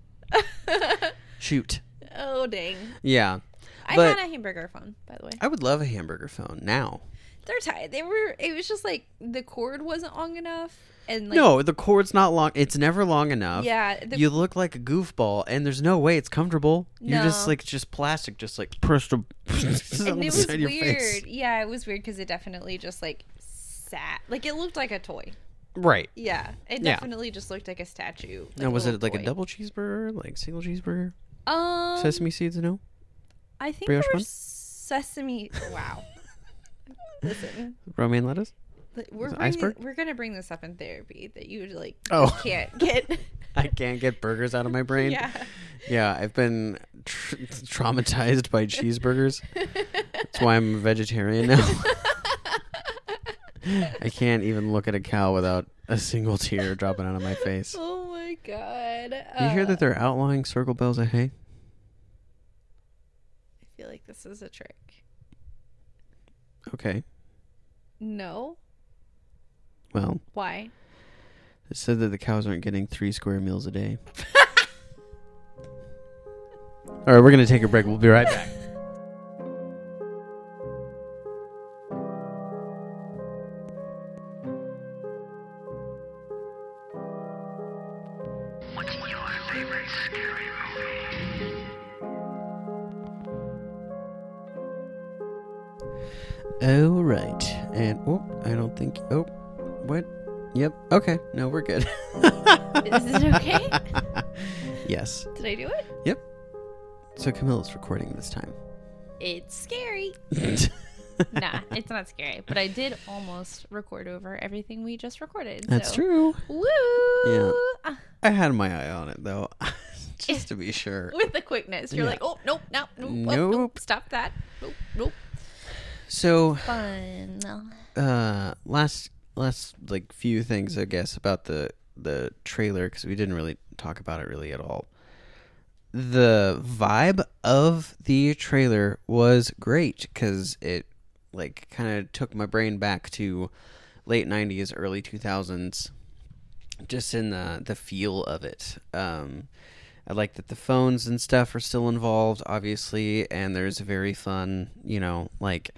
[SPEAKER 1] Shoot.
[SPEAKER 2] Oh dang!
[SPEAKER 1] Yeah.
[SPEAKER 2] I
[SPEAKER 1] But-
[SPEAKER 2] had a hamburger phone, by the way.
[SPEAKER 1] I would love a hamburger phone now.
[SPEAKER 2] They're tied. They were. It was just like the cord wasn't long enough, and like
[SPEAKER 1] no, the cord's not long. It's never long enough.
[SPEAKER 2] yeah, the,
[SPEAKER 1] you look like a goofball, and there's no way it's comfortable. You're just
[SPEAKER 2] No.
[SPEAKER 1] like just plastic, just like pressed up
[SPEAKER 2] and
[SPEAKER 1] on the
[SPEAKER 2] it was
[SPEAKER 1] side of your face.
[SPEAKER 2] weird. Yeah, it was weird because it definitely just like sat. Like it looked like a toy.
[SPEAKER 1] Right.
[SPEAKER 2] Yeah, it
[SPEAKER 1] Yeah.
[SPEAKER 2] definitely just looked like a statue. Like
[SPEAKER 1] now, was
[SPEAKER 2] little
[SPEAKER 1] it like a
[SPEAKER 2] Oh, boy.
[SPEAKER 1] double cheeseburger, like single cheeseburger,
[SPEAKER 2] Um,
[SPEAKER 1] sesame seeds? No.
[SPEAKER 2] I think
[SPEAKER 1] brioche
[SPEAKER 2] there were
[SPEAKER 1] bun?
[SPEAKER 2] sesame. Wow. Listen,
[SPEAKER 1] Romaine lettuce.
[SPEAKER 2] th- we're
[SPEAKER 1] it
[SPEAKER 2] bringing,
[SPEAKER 1] iceberg?
[SPEAKER 2] we're gonna bring this up in therapy that you like
[SPEAKER 1] Oh.
[SPEAKER 2] can't get.
[SPEAKER 1] I can't get burgers out of my brain.
[SPEAKER 2] yeah.
[SPEAKER 1] Yeah, I've been tr- traumatized by cheeseburgers. That's why I'm a vegetarian now. I can't even look at a cow without a single tear dropping out of my face.
[SPEAKER 2] oh my god.
[SPEAKER 1] You hear
[SPEAKER 2] Uh,
[SPEAKER 1] that they're outlawing circle bells of hay?
[SPEAKER 2] I feel like this is a trick.
[SPEAKER 1] Okay.
[SPEAKER 2] No.
[SPEAKER 1] Well,
[SPEAKER 2] Why?
[SPEAKER 1] it said that the cows aren't getting three square meals a day. All right, we're going to take a break. We'll be right back. Oh, right. And, oh, I don't think, oh, what? Yep. Okay. No, we're good.
[SPEAKER 2] Is it okay?
[SPEAKER 1] yes.
[SPEAKER 2] Did I do it?
[SPEAKER 1] So Camilla's recording this time.
[SPEAKER 2] It's scary. nah, it's not scary. But I did almost record over everything we just recorded.
[SPEAKER 1] That's
[SPEAKER 2] so-
[SPEAKER 1] true.
[SPEAKER 2] Woo!
[SPEAKER 1] Yeah.
[SPEAKER 2] Ah,
[SPEAKER 1] I had my eye on it though, just to be sure.
[SPEAKER 2] With the quickness, you're
[SPEAKER 1] Yeah.
[SPEAKER 2] like, oh nope, nope, nope, nope,
[SPEAKER 1] Nope.
[SPEAKER 2] nope, stop that, nope, nope.
[SPEAKER 1] So,
[SPEAKER 2] Fun.
[SPEAKER 1] uh, last last like few things I guess about the the trailer because we didn't really talk about it really at all. The vibe of the trailer was great because it like kind of took my brain back to late '90s, early 2000s. just in the the feel of it. Um, I like that the phones and stuff are still involved, obviously, and there's a very fun, you know, like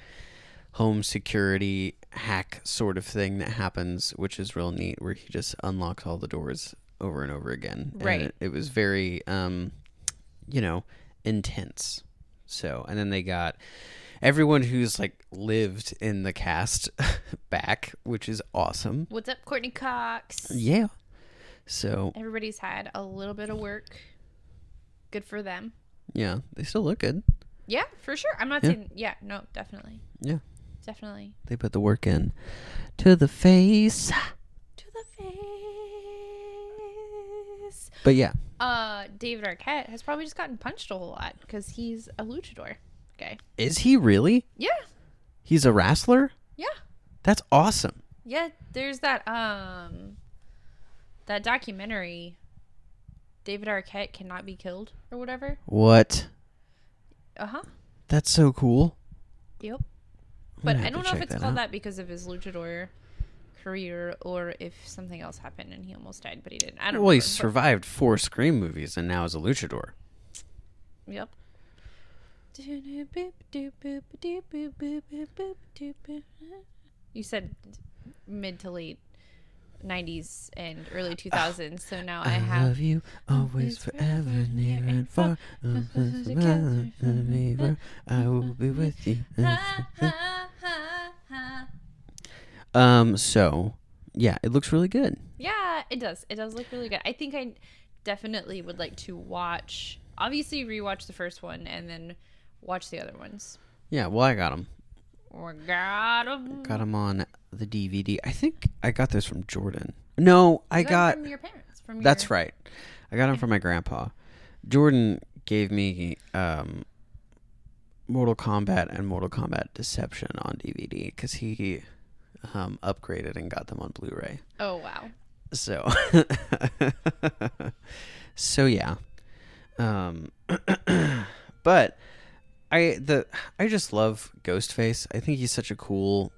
[SPEAKER 1] home security hack sort of thing that happens, which is real neat, where he just unlocks all the doors over and over again. And
[SPEAKER 2] Right.
[SPEAKER 1] it, it was very, um, you know, intense. So, and then they got everyone who's like lived in the cast back, which is awesome.
[SPEAKER 2] What's up, Courtney Cox?
[SPEAKER 1] Yeah. So
[SPEAKER 2] Everybody's had a little bit of work. Good for them.
[SPEAKER 1] yeah, they still look good.
[SPEAKER 2] Yeah, for sure. I'm not
[SPEAKER 1] Yeah.
[SPEAKER 2] saying. Yeah, no, definitely,
[SPEAKER 1] Yeah,
[SPEAKER 2] definitely.
[SPEAKER 1] they put the work in. To the face.
[SPEAKER 2] To the face.
[SPEAKER 1] But yeah,
[SPEAKER 2] Uh, David Arquette has probably just gotten punched a whole lot because he's a luchador. Okay.
[SPEAKER 1] is he really?
[SPEAKER 2] Yeah.
[SPEAKER 1] He's a wrestler.
[SPEAKER 2] Yeah.
[SPEAKER 1] That's awesome.
[SPEAKER 2] Yeah, there's that um that documentary David Arquette cannot be killed or whatever.
[SPEAKER 1] What?
[SPEAKER 2] Uh-huh.
[SPEAKER 1] That's so cool.
[SPEAKER 2] Yep. But
[SPEAKER 1] gonna
[SPEAKER 2] I
[SPEAKER 1] Hmm, have
[SPEAKER 2] don't
[SPEAKER 1] to
[SPEAKER 2] know if
[SPEAKER 1] check
[SPEAKER 2] it's
[SPEAKER 1] that
[SPEAKER 2] called
[SPEAKER 1] out.
[SPEAKER 2] that because of his luchador career or if something else happened and he almost died but he didn't. I don't know.
[SPEAKER 1] Well, he survived four Scream movies and now is a luchador.
[SPEAKER 2] Yep. You said mid to late 90s and early 2000s, so now I,
[SPEAKER 1] I,
[SPEAKER 2] have
[SPEAKER 1] love you always, forever, near and far. Um, um, um, um, um, um, I will be with you. Um. So, yeah, it looks really good.
[SPEAKER 2] yeah, it does. It does look really good. I think I definitely would like to watch, obviously, rewatch the first one and then watch the other ones.
[SPEAKER 1] Yeah. Well, I got him.
[SPEAKER 2] We got 'em.
[SPEAKER 1] Got them on the DVD. I think I got this from Jordan. No, I
[SPEAKER 2] You
[SPEAKER 1] got.
[SPEAKER 2] them from your parents. From your,
[SPEAKER 1] That's right. I got them from my grandpa. Jordan gave me um, Mortal Kombat and Mortal Kombat Deception on DVD because he um, upgraded and got them on Blu-ray.
[SPEAKER 2] Oh, wow.
[SPEAKER 1] So, so yeah. Um, but I the I just love Ghostface. I think he's such a cool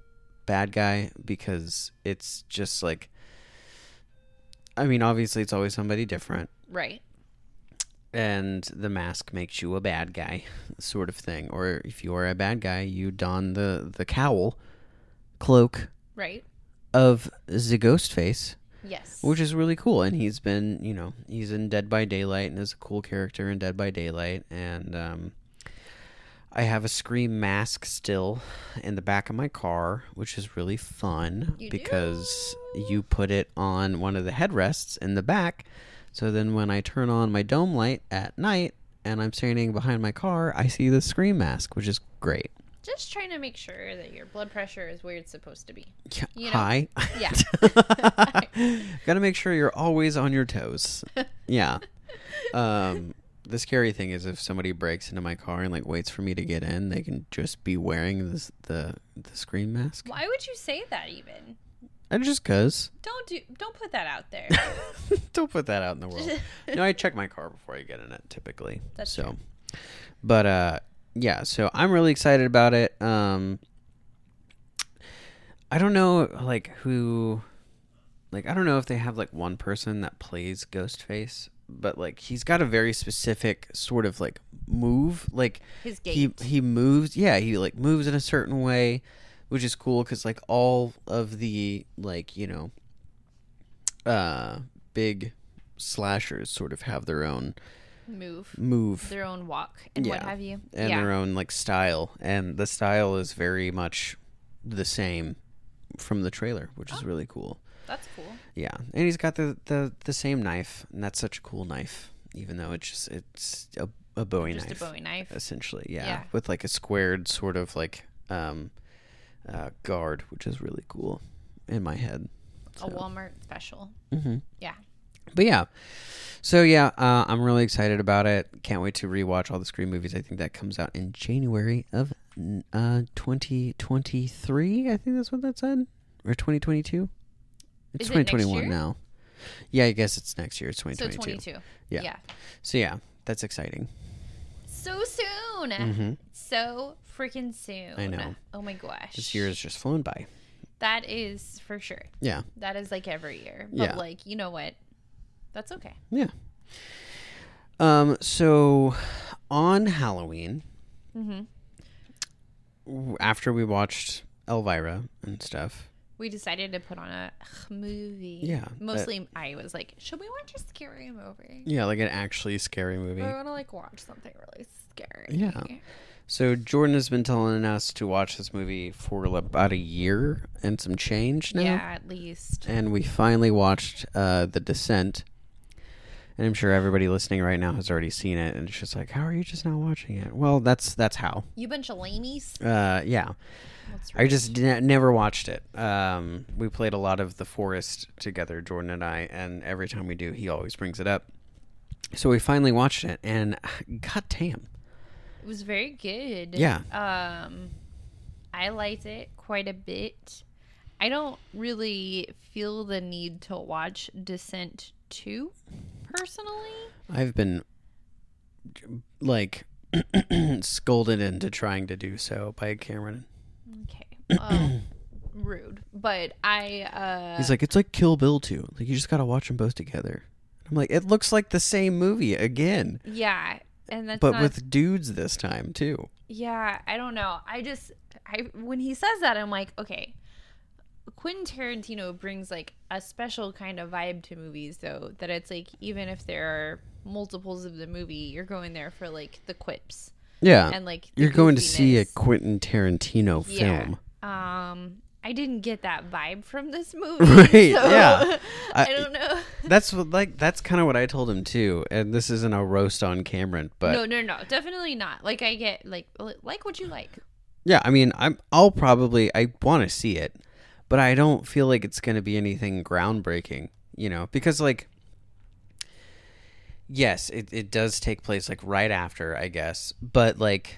[SPEAKER 1] bad guy because it's just like. I mean, obviously, it's always somebody different,
[SPEAKER 2] Right.
[SPEAKER 1] and the mask makes you a bad guy, sort of thing. Or if you are a bad guy, you don the the cowl, cloak
[SPEAKER 2] Right.
[SPEAKER 1] of the Ghostface,
[SPEAKER 2] Yes.
[SPEAKER 1] which is really cool. And he's been, you know, he's in Dead by Daylight and is a cool character in Dead by Daylight. And um, I have a Scream mask still in the back of my car, which is really fun
[SPEAKER 2] You
[SPEAKER 1] because you put it on one of the headrests in the back. So then when I turn on my dome light at night and I'm standing behind my car, I see the Scream mask, which is great.
[SPEAKER 2] Just trying to make sure that your blood pressure is where it's supposed to be.
[SPEAKER 1] Yeah,
[SPEAKER 2] You know,
[SPEAKER 1] Hi.
[SPEAKER 2] yeah.
[SPEAKER 1] Gotta make sure you're always on your toes. Yeah. Um, the scary thing is if somebody breaks into my car and like waits for me to get in, they can just be wearing this the the screen mask.
[SPEAKER 2] Why would you say that even?
[SPEAKER 1] And just cause.
[SPEAKER 2] Don't do don't put that out there.
[SPEAKER 1] Don't put that out in the world. no, I check my car before I get in it typically.
[SPEAKER 2] That's
[SPEAKER 1] so but uh yeah, so I'm really excited about it. Um I don't know like who like I don't know if they have like one person that plays Ghostface, but like he's got a very specific sort of like move. Like
[SPEAKER 2] His
[SPEAKER 1] he
[SPEAKER 2] gait.
[SPEAKER 1] he moves. Yeah, he like moves in a certain way, which is cool because like all of the like you know, uh, big slashers sort of have their own
[SPEAKER 2] Move.
[SPEAKER 1] move
[SPEAKER 2] Their own walk and what
[SPEAKER 1] Yeah.
[SPEAKER 2] have you.
[SPEAKER 1] and
[SPEAKER 2] yeah.
[SPEAKER 1] their own like style, and the style is very much the same from the trailer, which
[SPEAKER 2] Oh.
[SPEAKER 1] is really cool.
[SPEAKER 2] That's cool.
[SPEAKER 1] Yeah, and he's got the, the the same knife, and that's such a cool knife, even though it's just it's a, a Bowie
[SPEAKER 2] Just
[SPEAKER 1] knife,
[SPEAKER 2] a Bowie knife.
[SPEAKER 1] essentially. Yeah.
[SPEAKER 2] Yeah.
[SPEAKER 1] with like a squared sort of like um, uh, guard, which is really cool in my head.
[SPEAKER 2] A Walmart special.
[SPEAKER 1] Mhm.
[SPEAKER 2] Yeah.
[SPEAKER 1] But yeah, so yeah, uh, I'm really excited about it. Can't wait to rewatch all the Scream movies. I think that comes out in January of uh, 2023. I think that's what that said, or 2022. It's
[SPEAKER 2] Is it next
[SPEAKER 1] 2021
[SPEAKER 2] year?
[SPEAKER 1] now. Yeah, I guess it's next year. It's 2022.
[SPEAKER 2] So twenty two.
[SPEAKER 1] Yeah.
[SPEAKER 2] yeah.
[SPEAKER 1] So yeah, that's exciting.
[SPEAKER 2] So soon.
[SPEAKER 1] Mhm.
[SPEAKER 2] So freaking soon.
[SPEAKER 1] I know.
[SPEAKER 2] Oh my gosh.
[SPEAKER 1] This year has just flown by.
[SPEAKER 2] That is for sure.
[SPEAKER 1] Yeah,
[SPEAKER 2] That is like every year. But
[SPEAKER 1] Yeah.
[SPEAKER 2] like, you know what? That's okay.
[SPEAKER 1] yeah. Um. So, on Halloween,
[SPEAKER 2] hmm
[SPEAKER 1] w- after we watched Elvira and stuff,
[SPEAKER 2] We decided to put on a movie.
[SPEAKER 1] Yeah, that-
[SPEAKER 2] Mostly I was like, should we watch a scary movie?
[SPEAKER 1] yeah, like an actually scary
[SPEAKER 2] I
[SPEAKER 1] movie.
[SPEAKER 2] want to like watch something really scary.
[SPEAKER 1] Yeah. So Jordan has been telling us to watch this movie for about a year and some change now,
[SPEAKER 2] Yeah, at least.
[SPEAKER 1] and we finally watched uh, The Descent. And I'm sure everybody listening right now has already seen it, and it's just like, how are you just not watching it? Well, that's that's how.
[SPEAKER 2] You bunch of lamies.
[SPEAKER 1] Uh, yeah,
[SPEAKER 2] That's
[SPEAKER 1] I just ne- never watched it. Um, we played a lot of The Forest together, Jordan and I, and every time we do, he always brings it up. So we finally watched it, and goddamn,
[SPEAKER 2] It was very good.
[SPEAKER 1] Yeah.
[SPEAKER 2] Um, I liked it quite a bit. I don't really feel the need to watch Descent 2 personally.
[SPEAKER 1] I've been like scolded into trying to do so by Cameron.
[SPEAKER 2] Okay. Well, rude. But I. Uh,
[SPEAKER 1] He's like, it's like Kill Bill too. Like you just gotta watch them both together. I'm like, it looks like the same movie again,
[SPEAKER 2] yeah. And that's
[SPEAKER 1] but
[SPEAKER 2] not,
[SPEAKER 1] with dudes this time too.
[SPEAKER 2] Yeah, I don't know. I just I when he says that I'm like, okay. Quentin Tarantino brings like a special kind of vibe to movies though that it's like even if there are multiples of the movie, you're going there for like the quips
[SPEAKER 1] Yeah,
[SPEAKER 2] and like the
[SPEAKER 1] Uh, you're going to see a
[SPEAKER 2] goofiness.
[SPEAKER 1] Quentin Tarantino
[SPEAKER 2] Yeah.
[SPEAKER 1] film.
[SPEAKER 2] Um I didn't get that vibe from this movie.
[SPEAKER 1] Right,
[SPEAKER 2] so
[SPEAKER 1] yeah. I-
[SPEAKER 2] I don't know.
[SPEAKER 1] That's what, like that's kind of what I told him too. And this isn't a roast on Cameron, but
[SPEAKER 2] No, no, no. Definitely not. Like I get like li- like what you like.
[SPEAKER 1] Yeah, I mean, I'm I'll probably I want to see it, but I don't feel like it's going to be anything groundbreaking, you know, because like yes, it it does take place like right after, I guess, but like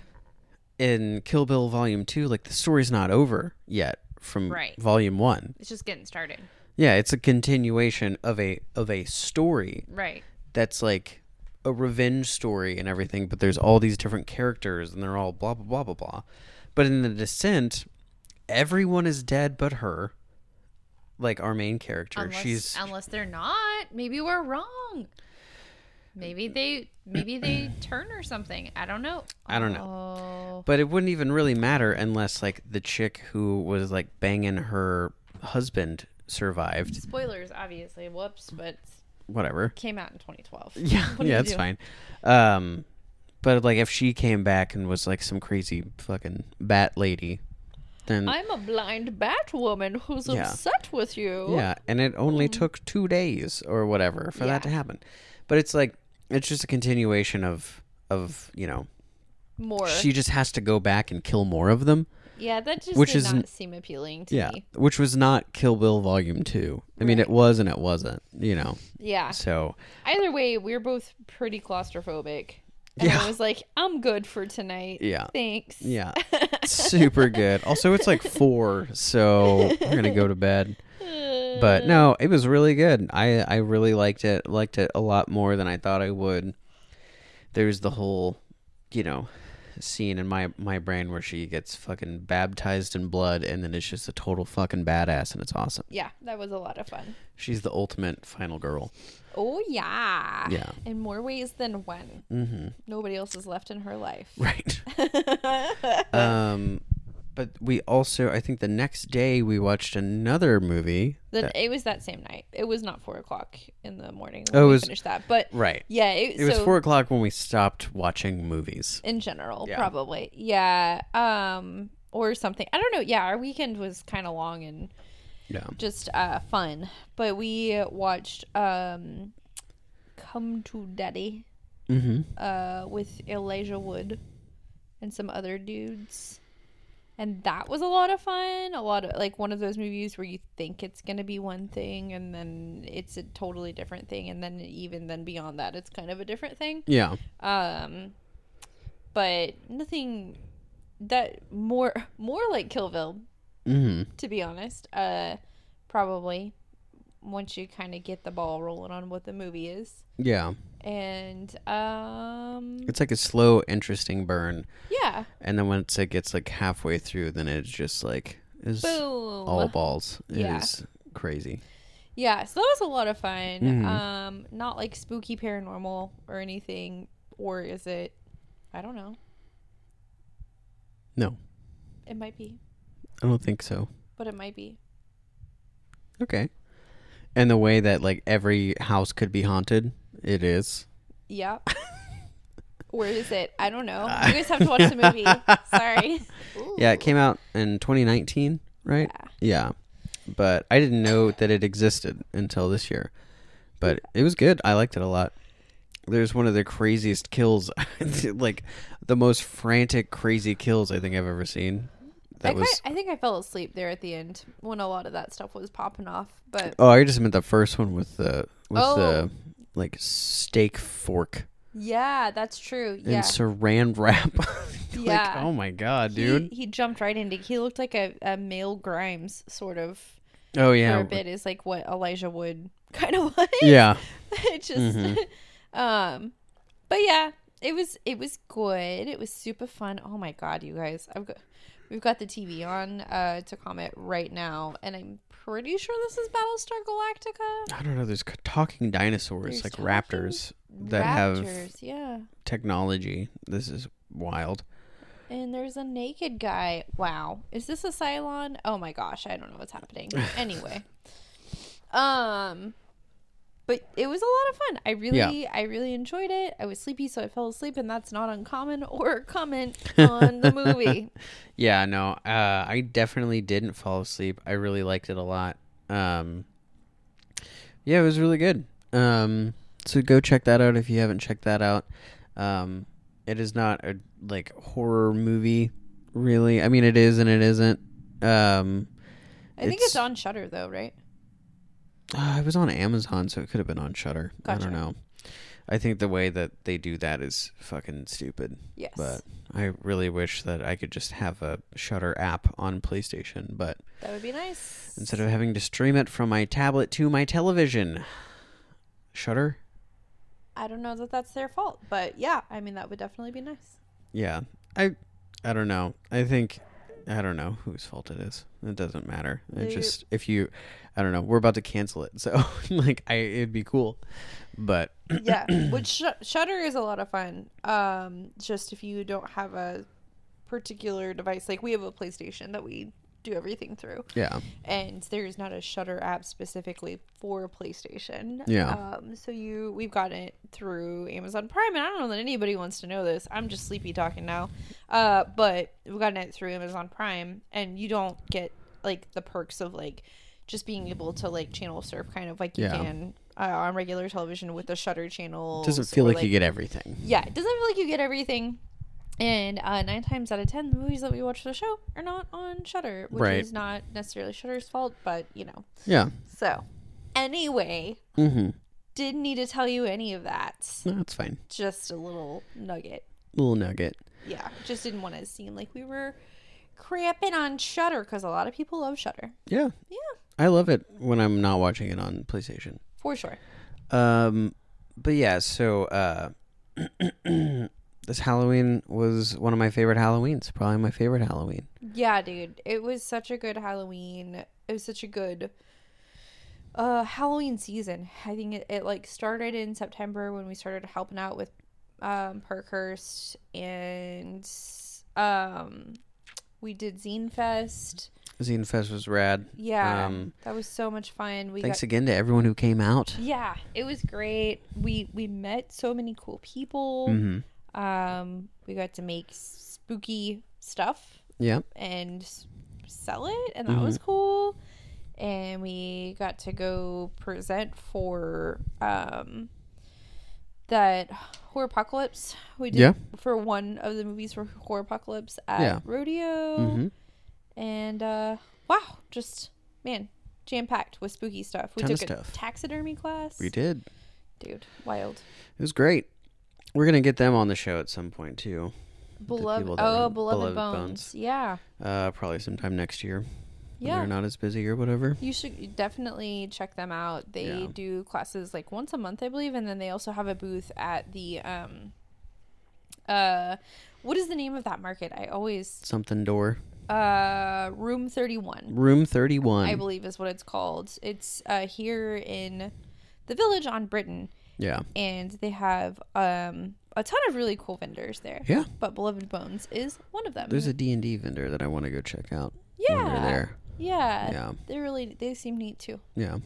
[SPEAKER 1] in Kill Bill Volume 2, like the story's not over yet from
[SPEAKER 2] Right.
[SPEAKER 1] Volume 1.
[SPEAKER 2] It's just getting started.
[SPEAKER 1] Yeah, it's a continuation of a of a story
[SPEAKER 2] Right.
[SPEAKER 1] that's like a revenge story and everything, but there's all these different characters and they're all blah blah blah blah blah. But in the descent, everyone is dead but her. Like our main character.
[SPEAKER 2] unless,
[SPEAKER 1] She's
[SPEAKER 2] unless they're not maybe we're wrong maybe they maybe they turn or something i don't know
[SPEAKER 1] I don't know.
[SPEAKER 2] Oh. know
[SPEAKER 1] but it wouldn't even really matter unless like the chick who was like banging her husband survived.
[SPEAKER 2] spoilers obviously whoops but
[SPEAKER 1] Whatever.
[SPEAKER 2] came out in 2012
[SPEAKER 1] Yeah,
[SPEAKER 2] What do
[SPEAKER 1] yeah,
[SPEAKER 2] you
[SPEAKER 1] it's
[SPEAKER 2] do?
[SPEAKER 1] fine. Um, But like, if she came back and was like some crazy fucking bat lady, then
[SPEAKER 2] I'm a blind bat woman who's
[SPEAKER 1] Yeah.
[SPEAKER 2] upset with you.
[SPEAKER 1] yeah, and it only took two days or whatever for
[SPEAKER 2] Yeah.
[SPEAKER 1] that to happen. But it's like it's just a continuation of of you know
[SPEAKER 2] More.
[SPEAKER 1] she just has to go back and kill more of them.
[SPEAKER 2] yeah, that just
[SPEAKER 1] Which
[SPEAKER 2] did
[SPEAKER 1] is-
[SPEAKER 2] not seem appealing to
[SPEAKER 1] Yeah,
[SPEAKER 2] me.
[SPEAKER 1] which was not Kill Bill Volume Two. I mean, it was and it wasn't. You know,
[SPEAKER 2] Yeah.
[SPEAKER 1] so
[SPEAKER 2] Either way, we are both pretty claustrophobic. And
[SPEAKER 1] Yeah.
[SPEAKER 2] I was like, I'm good for tonight.
[SPEAKER 1] Yeah.
[SPEAKER 2] Thanks.
[SPEAKER 1] yeah, super good. Also, it's like four, so we're gonna go to bed. But no, it was really good. I I really liked it. Liked it a lot more than I thought I would. There's the whole, you know, scene in my my brain where she gets fucking baptized in blood, and then it's just a total fucking badass, and it's awesome.
[SPEAKER 2] Yeah, that was a lot of fun.
[SPEAKER 1] She's the ultimate final girl.
[SPEAKER 2] Oh yeah.
[SPEAKER 1] Yeah.
[SPEAKER 2] In more ways than one.
[SPEAKER 1] Mm-hmm.
[SPEAKER 2] Nobody else is left in her life.
[SPEAKER 1] Right. um, but we also, I think, the next day we watched another movie.
[SPEAKER 2] Then it was that same night. It was not four o'clock in the morning
[SPEAKER 1] Oh,
[SPEAKER 2] when
[SPEAKER 1] it
[SPEAKER 2] we
[SPEAKER 1] was-
[SPEAKER 2] finished that. But
[SPEAKER 1] Right.
[SPEAKER 2] yeah, it,
[SPEAKER 1] It was
[SPEAKER 2] so
[SPEAKER 1] four o'clock when we stopped watching movies.
[SPEAKER 2] in general,
[SPEAKER 1] Yeah.
[SPEAKER 2] probably. Yeah. Um or something. I don't know. Yeah, our weekend was kinda long and
[SPEAKER 1] Yeah.
[SPEAKER 2] just uh fun. But we watched um Come to Daddy
[SPEAKER 1] Mm-hmm.
[SPEAKER 2] uh, with Elijah Wood and some other dudes. And that was a lot of fun. A lot of like one of those movies where you think it's going to be one thing and then it's a totally different thing and then even then beyond that it's kind of a different thing.
[SPEAKER 1] Yeah.
[SPEAKER 2] Um but nothing that more more like Kill Bill
[SPEAKER 1] Mm-hmm.
[SPEAKER 2] to be honest. Uh probably once you kind of get the ball rolling on what the movie is.
[SPEAKER 1] Yeah.
[SPEAKER 2] And um
[SPEAKER 1] It's like a slow, interesting burn,
[SPEAKER 2] yeah.
[SPEAKER 1] and then once it gets like halfway through, then it's just like is
[SPEAKER 2] Boom.
[SPEAKER 1] all balls. It is
[SPEAKER 2] Yeah.
[SPEAKER 1] crazy.
[SPEAKER 2] Yeah, so that was a lot of fun.
[SPEAKER 1] Mhm.
[SPEAKER 2] Um, not like spooky paranormal or anything, or is it? I don't know.
[SPEAKER 1] No,
[SPEAKER 2] It might be,
[SPEAKER 1] I don't think so.
[SPEAKER 2] but it might be.
[SPEAKER 1] Okay. And the way that like every house could be haunted, it is.
[SPEAKER 2] Yeah. or is it? I don't know. You guys have to watch the movie. Sorry.
[SPEAKER 1] Yeah, it came out in 2019, right? Yeah. But I didn't know that it existed until this year. But it was good. I liked it a lot. There's one of the craziest kills, like the most frantic, crazy kills I think I've ever seen.
[SPEAKER 2] I,
[SPEAKER 1] That
[SPEAKER 2] ki-
[SPEAKER 1] was.
[SPEAKER 2] I think I fell asleep there at the end when a lot of that stuff was popping off. But
[SPEAKER 1] Oh, I just meant the first one with the with
[SPEAKER 2] Oh.
[SPEAKER 1] the like steak fork
[SPEAKER 2] yeah, that's true. Yeah.
[SPEAKER 1] and saran wrap. like,
[SPEAKER 2] Yeah.
[SPEAKER 1] oh my god,
[SPEAKER 2] He-
[SPEAKER 1] dude.
[SPEAKER 2] He, jumped right into. He looked like a, a male Grimes sort of
[SPEAKER 1] oh
[SPEAKER 2] for
[SPEAKER 1] yeah,
[SPEAKER 2] a bit. Is like what Elijah Wood kind of was.
[SPEAKER 1] yeah.
[SPEAKER 2] it just
[SPEAKER 1] Mm-hmm.
[SPEAKER 2] um but yeah it was it was good it was super fun oh my god you guys i've got we've got the tv on uh to comment right now and i'm pretty sure this is battlestar galactica
[SPEAKER 1] I don't know. There's c- talking dinosaurs,
[SPEAKER 2] There's
[SPEAKER 1] like
[SPEAKER 2] talking
[SPEAKER 1] raptors, that have
[SPEAKER 2] raptors yeah
[SPEAKER 1] technology. This is wild.
[SPEAKER 2] and there's a naked guy wow is this a cylon oh my gosh i don't know what's happening anyway um but it was a lot of fun i really i really enjoyed it i was sleepy so i fell asleep and that's not uncommon or common on the movie
[SPEAKER 1] Yeah, no, uh, I definitely didn't fall asleep. I really liked it a lot. Um, yeah, it was really good. Um, so go check that out if you haven't checked that out. Um, it is not a like horror movie, really. I mean, it is and it isn't. Um,
[SPEAKER 2] i think
[SPEAKER 1] It's-
[SPEAKER 2] it's on shutter though right
[SPEAKER 1] Uh, it was on Amazon, so it could have been on Shutter. I
[SPEAKER 2] Gotcha.
[SPEAKER 1] don't know. I think the way that they do that is fucking stupid.
[SPEAKER 2] yes
[SPEAKER 1] But I really wish that I could just have a Shutter app on PlayStation. But
[SPEAKER 2] that would be nice
[SPEAKER 1] instead of having to stream it from my tablet to my television, Shutter.
[SPEAKER 2] i don't know that that's their fault but yeah i mean that would definitely be nice
[SPEAKER 1] Yeah, I, I don't know. I think, I don't know whose fault it is. It doesn't matter. It
[SPEAKER 2] They-
[SPEAKER 1] just if you, I don't know. We're about to cancel it, so like I, it'd be cool, but
[SPEAKER 2] yeah which sh- shutter is a lot of fun um just if you don't have a particular device like we have a playstation that we do everything through.
[SPEAKER 1] Yeah.
[SPEAKER 2] And there's not a Shutter app specifically for PlayStation.
[SPEAKER 1] Yeah.
[SPEAKER 2] Um, so you we've got it through Amazon Prime, and I don't know that anybody wants to know this. I'm just sleepy talking now. Uh, but we've gotten it through Amazon Prime, and you don't get like the perks of like just being able to like channel surf kind of like you
[SPEAKER 1] Yeah.
[SPEAKER 2] can uh, on regular television with the Shutter channel.
[SPEAKER 1] Doesn't feel like, you get everything.
[SPEAKER 2] yeah, it doesn't feel like you get everything. And uh, nine times out of ten, the movies that we watch for the show are not on Shutter, which
[SPEAKER 1] Right.
[SPEAKER 2] is not necessarily Shutter's fault, but you know.
[SPEAKER 1] Yeah.
[SPEAKER 2] So, anyway,
[SPEAKER 1] Mm-hmm.
[SPEAKER 2] didn't need to tell you any of that.
[SPEAKER 1] No, that's fine.
[SPEAKER 2] Just a little nugget.
[SPEAKER 1] Little nugget.
[SPEAKER 2] Yeah, just didn't want to seem like we were crapping on Shutter because a lot of people love Shutter
[SPEAKER 1] Yeah.
[SPEAKER 2] Yeah.
[SPEAKER 1] I love it when I'm not watching it on PlayStation.
[SPEAKER 2] for sure.
[SPEAKER 1] Um, but yeah, so uh, this Halloween was one of my favorite Halloweens. Probably my favorite Halloween.
[SPEAKER 2] Yeah, dude. It was such a good Halloween. It was such a good uh Halloween season. I think it, it like started in September when we started helping out with um Parkhurst and um we did Zine Fest.
[SPEAKER 1] Zine Fest was rad.
[SPEAKER 2] Yeah.
[SPEAKER 1] Um,
[SPEAKER 2] that was so much fun. We
[SPEAKER 1] Thanks
[SPEAKER 2] got
[SPEAKER 1] again to everyone who came out.
[SPEAKER 2] Yeah, it was great. We we met so many cool people.
[SPEAKER 1] Mm-hmm.
[SPEAKER 2] Um we got to make spooky stuff
[SPEAKER 1] Yeah.
[SPEAKER 2] and s- sell it, and that
[SPEAKER 1] Mm-hmm.
[SPEAKER 2] was cool. And we got to go present for um, that horror apocalypse. We did
[SPEAKER 1] Yeah.
[SPEAKER 2] for one of the movies for horror apocalypse at
[SPEAKER 1] Yeah.
[SPEAKER 2] rodeo,
[SPEAKER 1] Mm-hmm.
[SPEAKER 2] and uh, wow, just man, jam packed with spooky stuff. We
[SPEAKER 1] Ton of
[SPEAKER 2] took a
[SPEAKER 1] stuff.
[SPEAKER 2] taxidermy class.
[SPEAKER 1] We did.
[SPEAKER 2] dude, wild.
[SPEAKER 1] It was great. We're gonna get them on the show at some point too.
[SPEAKER 2] Beloved,
[SPEAKER 1] people that
[SPEAKER 2] oh,
[SPEAKER 1] run
[SPEAKER 2] beloved,
[SPEAKER 1] Beloved
[SPEAKER 2] bones.
[SPEAKER 1] Bones.
[SPEAKER 2] Yeah,
[SPEAKER 1] Uh, probably sometime next year. when
[SPEAKER 2] yeah.
[SPEAKER 1] They're not as busy or whatever.
[SPEAKER 2] You should definitely check them out. They
[SPEAKER 1] Yeah.
[SPEAKER 2] do classes like once a month, I believe, and then they also have a booth at the um uh what is the name of that market? I always
[SPEAKER 1] Something door.
[SPEAKER 2] uh room 31
[SPEAKER 1] Room thirty one.
[SPEAKER 2] I believe is what it's called. It's uh here in the village on Britain
[SPEAKER 1] Yeah.
[SPEAKER 2] and they have um a ton of really cool vendors there.
[SPEAKER 1] Yeah.
[SPEAKER 2] But Beloved Bones is one of them.
[SPEAKER 1] There's a D and D vendor that I want to go check out. When
[SPEAKER 2] yeah. Uh,
[SPEAKER 1] we're there.
[SPEAKER 2] Yeah.
[SPEAKER 1] Yeah.
[SPEAKER 2] They really they seem neat too.
[SPEAKER 1] Yeah.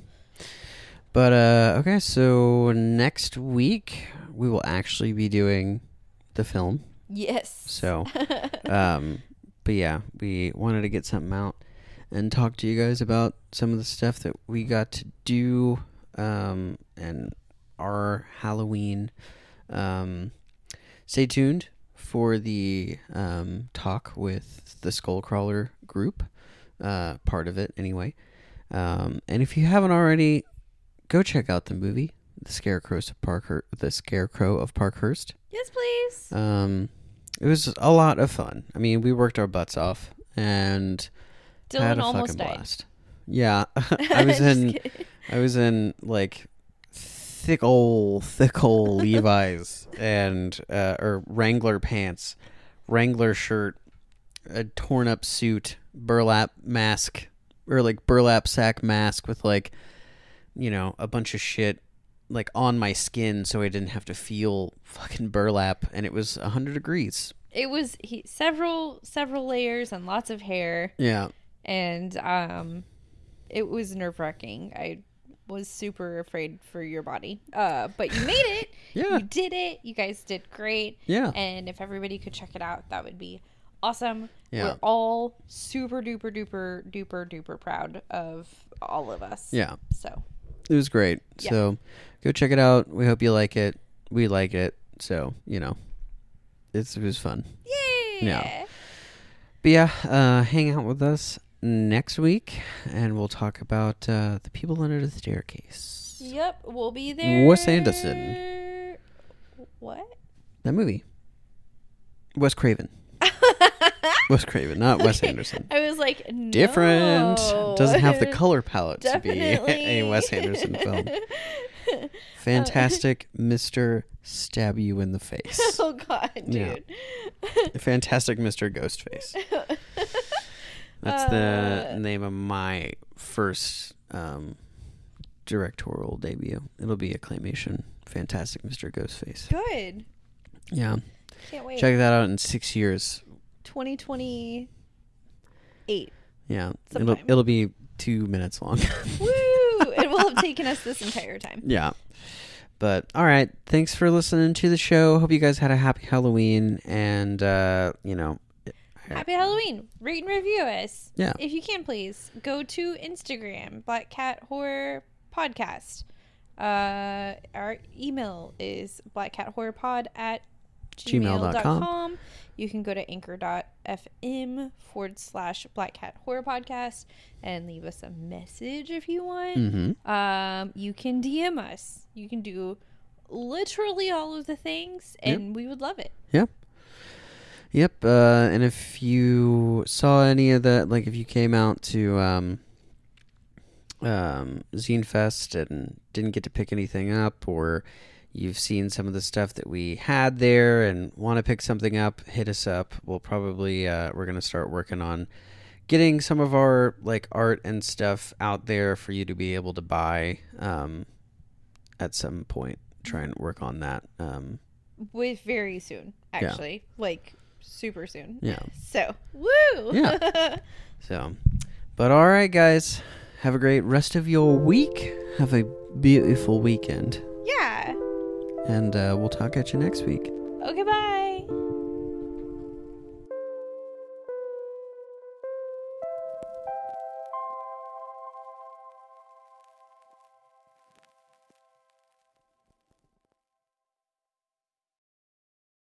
[SPEAKER 1] But uh okay, so next week we will actually be doing the film.
[SPEAKER 2] Yes.
[SPEAKER 1] So um but yeah, we wanted to get something out and talk to you guys about some of the stuff that we got to do um and our Halloween um stay tuned for the um talk with the Skullcrawler group uh part of it anyway. Um, and if you haven't already, go check out the movie "The Scarecrow of Parker," "The Scarecrow of Parkhurst."
[SPEAKER 2] Yes, please.
[SPEAKER 1] Um, it was a lot of fun. I mean, we worked our butts off and had
[SPEAKER 2] Dylan
[SPEAKER 1] a
[SPEAKER 2] almost
[SPEAKER 1] fucking
[SPEAKER 2] died.
[SPEAKER 1] blast. Yeah, I was
[SPEAKER 2] Just
[SPEAKER 1] in
[SPEAKER 2] kidding.
[SPEAKER 1] I was in like thick old thick old Levi's and uh, or Wrangler pants, Wrangler shirt, a torn up suit, burlap mask or like burlap sack mask with like you know a bunch of shit like on my skin so I didn't have to feel fucking burlap and it was 100 degrees.
[SPEAKER 2] It was he, several several layers and lots of hair,
[SPEAKER 1] Yeah.
[SPEAKER 2] and um, it was nerve wracking. I was super afraid for your body, uh, but you made it.
[SPEAKER 1] Yeah.
[SPEAKER 2] You did it. You guys did great.
[SPEAKER 1] Yeah.
[SPEAKER 2] And if everybody could check it out, that would be awesome.
[SPEAKER 1] Yeah.
[SPEAKER 2] We're all super duper duper duper duper proud of all of us.
[SPEAKER 1] Yeah.
[SPEAKER 2] So
[SPEAKER 1] It was great.
[SPEAKER 2] Yeah.
[SPEAKER 1] So go check it out. We hope you like it. We like it. So, you know, it's, it was fun.
[SPEAKER 2] yay!
[SPEAKER 1] Yeah. But yeah, uh, hang out with us next week and we'll talk about uh, the people under the staircase.
[SPEAKER 2] Yep, we'll be there.
[SPEAKER 1] Wes Anderson.
[SPEAKER 2] What?
[SPEAKER 1] That movie. Wes Craven. Wes Craven, not Wes
[SPEAKER 2] Okay,
[SPEAKER 1] Anderson.
[SPEAKER 2] I was like, no.
[SPEAKER 1] Different. Doesn't have the color palette to be
[SPEAKER 2] Definitely. Uh,
[SPEAKER 1] a Wes Anderson film. Fantastic Mr. Stab You in the Face.
[SPEAKER 2] oh God,
[SPEAKER 1] Yeah.
[SPEAKER 2] dude.
[SPEAKER 1] Fantastic Mr. Ghostface. That's the name of my first um, directorial debut. It'll be a claymation. Fantastic Mr. Ghostface.
[SPEAKER 2] Good.
[SPEAKER 1] Yeah.
[SPEAKER 2] Can't wait.
[SPEAKER 1] Check that out in six years.
[SPEAKER 2] 2028.
[SPEAKER 1] Yeah. It'll,
[SPEAKER 2] Sometime.
[SPEAKER 1] it'll be two minutes long.
[SPEAKER 2] Woo! it will have taken us this entire time.
[SPEAKER 1] Yeah. But all right, thanks for listening to the show. Hope you guys had a happy Halloween and uh, you know,
[SPEAKER 2] Happy Halloween. Rate and review us.
[SPEAKER 1] Yeah.
[SPEAKER 2] If you can, please go to Instagram, Black Cat Horror Podcast. Uh, our email is blackcathorrorpod at
[SPEAKER 1] Gmail.com.
[SPEAKER 2] gmail.com. You can go to anchor.fm forward slash Black Cat Horror Podcast and leave us a message if you want.
[SPEAKER 1] mhm.
[SPEAKER 2] Um, you can DM us. You can do literally all of the things,
[SPEAKER 1] Yep.
[SPEAKER 2] and we would love it.
[SPEAKER 1] Yep. Yep, uh and if you saw any of that like if you came out to um um Zine Fest and didn't get to pick anything up or you've seen some of the stuff that we had there and want to pick something up, hit us up. We'll probably uh we're going to start working on getting some of our like art and stuff out there for you to be able to buy um at some point. Try and work on that. Um
[SPEAKER 2] with very soon actually like super soon
[SPEAKER 1] yeah.
[SPEAKER 2] so woo
[SPEAKER 1] Yeah. So, but all right, guys. Have a great rest of your week. Have a beautiful weekend.
[SPEAKER 2] yeah
[SPEAKER 1] And uh, we'll talk at you next week.
[SPEAKER 2] okay bye